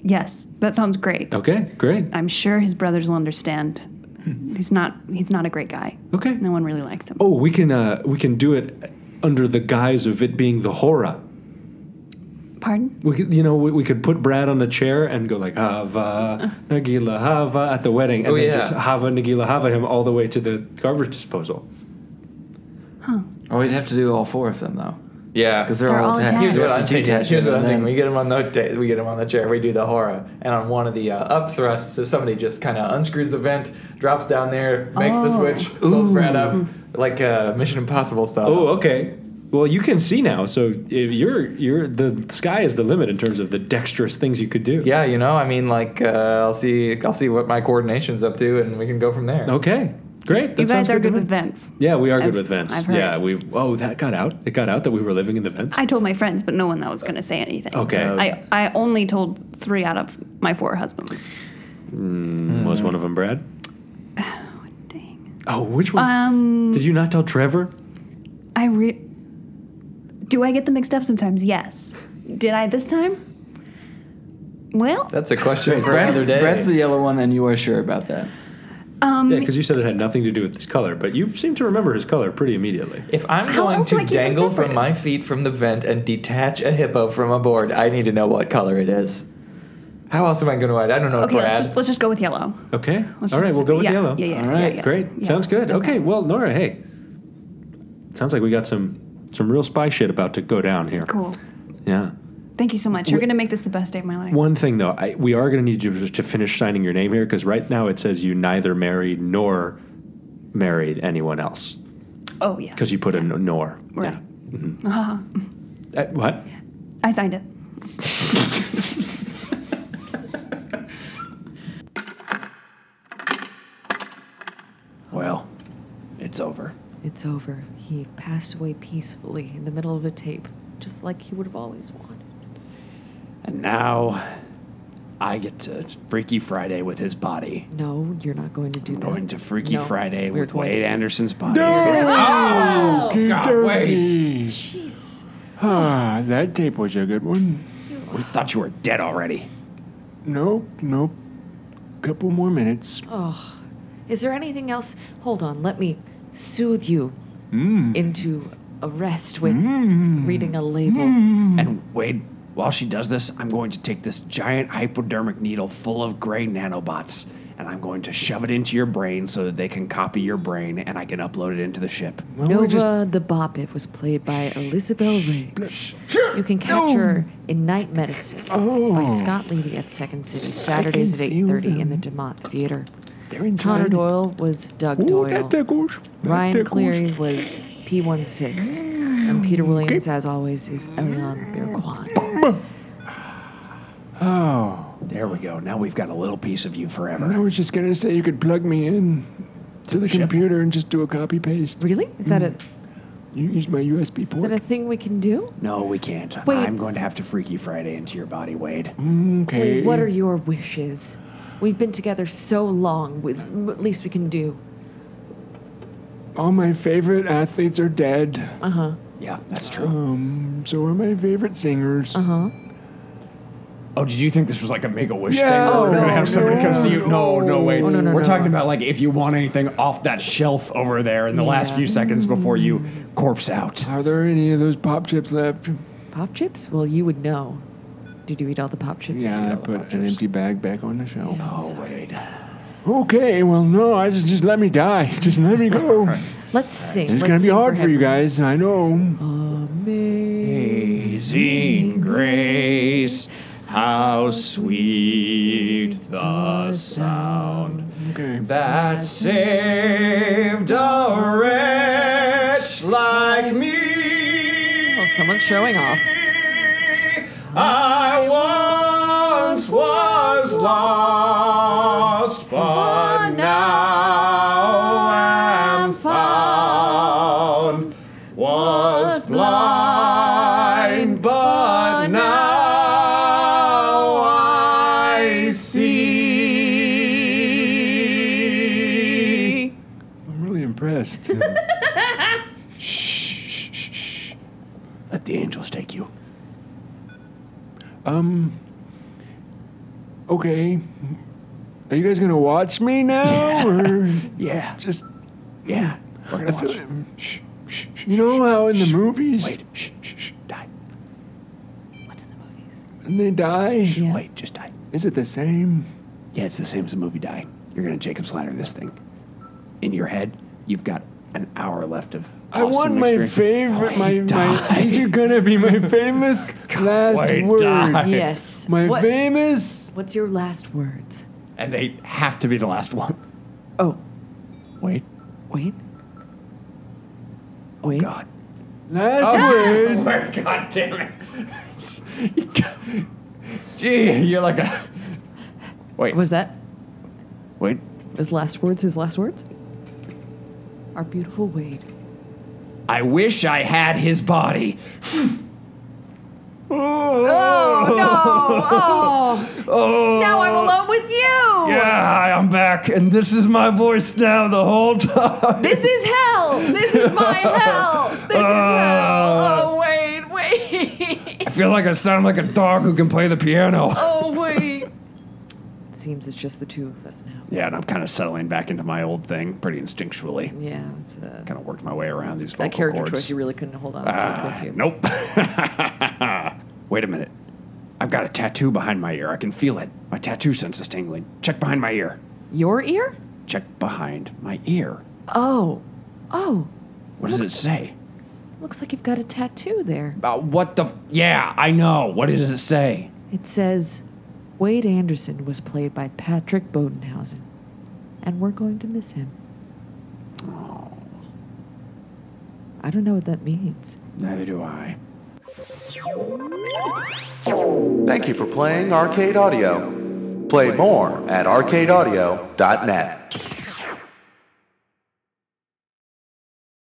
S8: Yes, that sounds great.
S7: Okay, great.
S8: I'm sure his brothers will understand.
S5: Hmm.
S8: He's not he's not a great guy.
S7: Okay.
S8: No one really likes him.
S7: Oh, we can uh, we can do it under the guise of it being the horror.
S8: Pardon?
S7: We could, you know, we, we could put Brad on a chair and go like Hava Nagila Hava at the wedding, and
S6: Oh,
S7: then
S6: yeah.
S7: just Hava Nagila Hava him all the way to the garbage disposal.
S5: oh, we'd have to do all four of them though,
S6: Yeah.
S5: because they're,
S8: They're all
S5: all attached.
S8: attached.
S6: Here's what
S5: It's
S6: I'm
S5: a
S6: thinking.
S5: detachment,
S6: Here's what I'm
S5: and
S6: thinking.
S5: then-
S6: We get him on the ta- we get him on the chair. We do the horror, and on one of the uh, up thrusts, so somebody just kind of unscrews the vent, drops down there, makes the
S8: Oh.
S6: switch, pulls Brad up, like uh, Mission Impossible style.
S7: Oh, okay. Well, you can see now, so if you're you're the sky is the limit in terms of the dexterous things you could do.
S6: Yeah, you know, I mean, like uh, I'll see, I'll see what my coordination's up to, and we can go from there.
S7: Okay. Great. That
S8: you guys
S7: sounds
S8: are
S7: good,
S8: good
S7: to
S8: with
S7: me.
S8: vents.
S7: Yeah, we are good
S8: I've-
S7: with vents.
S8: I've heard.
S7: Yeah, we. Oh, that got out. It got out that we were living in the vents.
S8: I told my friends, but no one that was going to say anything.
S7: Okay.
S8: I, I only
S7: Mm,
S8: told three out of my four husbands.
S7: Was one of them Brad? Oh, which
S8: Um,
S7: one? Did you not tell Trevor?
S8: I re. Do I get them mixed up sometimes? Yes. Did I this time? Well,
S6: That's a question for
S5: Brad,
S6: another day.
S5: Brad's the yellow one, and you are sure about that.
S8: um,
S7: Yeah, because you said it had nothing to do with his color, but you seem to remember his color pretty immediately.
S6: if I'm going
S8: else do
S6: to
S8: I keep them
S6: dangle from
S8: separate?
S6: my feet from the vent and detach a hippo from a board, I need to know what color it is. How else am I going to write? I don't know,
S8: okay,
S6: Brad.
S8: let's just let's just go with yellow.
S7: Okay.
S8: Let's
S7: All right,
S8: just-
S7: we'll go with
S8: yeah,
S7: yellow.
S8: yeah, yeah,
S7: All right,
S8: yeah, yeah,
S7: great.
S8: yeah.
S7: Sounds good. Okay.
S8: Okay.
S7: well, Nora, hey. Sounds like we got some some real spy shit about to go down here.
S8: Cool.
S7: Yeah.
S8: Thank you so much. You're going to make this the best day of my life.
S7: One thing though, I, we are going to need you to, to finish signing your name here because right now it says you neither married nor married anyone else
S8: Oh yeah.
S7: because you put a n- nor. Mm-hmm.
S8: Right. Uh-huh.
S7: Uh, what?
S8: I signed it.
S3: Well, it's over.
S2: It's over. He passed away peacefully in the middle of a tape, just like he would have always wanted.
S3: And now I get to Freaky Friday with his body.
S2: No, you're not going to do that.
S3: Going to Freaky
S2: No,
S3: Friday
S2: we're
S3: with
S2: going to-
S3: Wade Anderson's body. Oh, God, Wade.
S4: Jeez. Ah, that tape was a good one.
S3: We thought you were dead already.
S4: Nope, nope. Couple more minutes.
S2: Oh, Is there anything else? Hold on, let me soothe you
S4: Mm.
S2: into a rest with reading a label.
S4: Mm.
S3: And Wade, while she does this, I'm going to take this giant hypodermic needle full of gray nanobots and I'm going to shove it into your brain so that they can copy your brain and I can upload it into the ship.
S4: Well, we
S2: Nova
S4: just-
S2: the Bop It was played by Elizabeth Riggs. You can catch her in Night Medicine by Scott Levy at Second City, Saturdays at
S4: Oh. can feel
S2: 8.30 in the
S4: them.
S2: DeMott Theater.
S4: they're in
S2: Connor
S4: China.
S2: Doyle was Doug
S4: Ooh,
S2: Doyle.
S4: that tickles. That
S2: Ryan
S4: tickles.
S2: Cleary was P16. And
S4: Mm,
S2: Peter Williams, as always, is Elion Birquan.
S3: There we go. Now we've got a little piece of you
S4: I
S3: forever.
S4: was just gonna say you could plug me in to the
S3: the ship.
S4: computer and just do a copy paste.
S2: Really? Is that, a,
S4: You use my USB
S2: is that
S4: port.
S2: a thing we can do?
S3: No, we can't.
S2: Wait.
S3: I'm going to have to Freaky Friday into your body, Wade.
S4: okay.
S2: Wait, what are your wishes? We've been together so long. With at least we can do.
S4: All my favorite athletes are dead.
S3: Yeah, that's true.
S2: Oh. Um,
S4: So are my favorite singers.
S2: Uh-huh.
S3: Oh, did you think this was like a make a wish
S4: Yeah.
S3: thing? where
S4: Oh,
S3: we're going
S4: no,
S3: to have somebody
S4: no,
S3: come see you? No, no, Wade.
S2: Oh, no, no,
S3: we're
S2: no.
S3: talking about like if you want anything off that shelf over there in the last
S2: Yeah.
S3: few seconds before you corpse out.
S4: Are there any of those pop chips left?
S2: Pop chips? Well, you would know. Did you eat all the pop chips?
S4: Yeah, I put an empty bag back on the shelf.
S3: Oh, Wade.
S4: Okay, well, no, I just just let me die. Just let me go.
S2: Let's sing.
S4: It's
S2: Let's
S4: gonna be
S2: sing
S4: hard for you
S2: Henry.
S4: guys. I know.
S3: Amazing grace, how sweet the sound
S4: Okay.
S3: that saved a wretch like
S2: Well,
S3: me.
S2: someone's showing off.
S3: I once was lost, but now am found. Was blind, but now I see.
S4: I'm really impressed.
S3: Let the angels take you.
S4: um. Okay. Are you guys gonna watch me now, or
S3: Yeah,
S4: just?
S3: yeah. We're
S4: I
S3: gonna
S4: feel,
S3: watch.
S4: shh, shh, shh, you know how in the movies
S3: Wait, shh, shh, shh, die.
S2: What's in the movies?
S4: when they die,
S2: Yeah.
S3: Wait, just die.
S4: is it the same?
S3: Yeah, it's the same as the movie Die. You're gonna Jacob Slatter this thing. In your head, you've got an hour left of.
S4: I want my
S3: Oh,
S4: favorite. my, my these are gonna be my famous last
S3: Wait,
S4: words.
S3: die.
S2: Yes.
S4: My
S2: What-
S4: famous.
S2: What's your last words?
S3: and they have to be the last one.
S2: Oh,
S3: Wait,
S2: wait. Wait.
S3: God.
S4: Last
S3: Oh.
S4: words.
S3: God damn it! Gee, you're like a. Wait,
S2: Was that
S3: wait.
S2: his last words? His last words? Our beautiful Wade.
S3: I wish I had his body.
S2: Oh no! Oh, now I'm alone with you.
S3: Yeah, I'm back, and this is my voice now the whole time.
S2: This is hell. This is my hell. This is
S3: Ah.
S2: hell. Oh wait, wait.
S3: I feel like I sound like a dog who can play the piano.
S2: Oh wait. Seems it's just the two of us now.
S3: Yeah, and I'm kind of settling back into my old thing pretty instinctually.
S2: Yeah, it's, uh,
S3: Kind of worked my way around these vocal
S2: that character
S3: cords.
S2: choice you really couldn't hold on to.
S3: Ah,
S2: could you?
S3: nope. Wait a minute. I've got a tattoo behind my ear. I can feel it. My tattoo sense is tingling. Check behind my ear.
S2: Your ear?
S3: Check behind my ear.
S2: Oh, oh.
S3: What does it
S2: Looks-
S3: say?
S2: Looks like you've got a tattoo there.
S3: Uh, what the? F- yeah, I know. What does it say?
S2: It says Wade Anderson was played by Patrick Bodenhausen, and we're going to miss him. I don't know what that means.
S3: Neither do I.
S1: Thank you for playing Arcade Audio. Play more at arcadeaudio.net.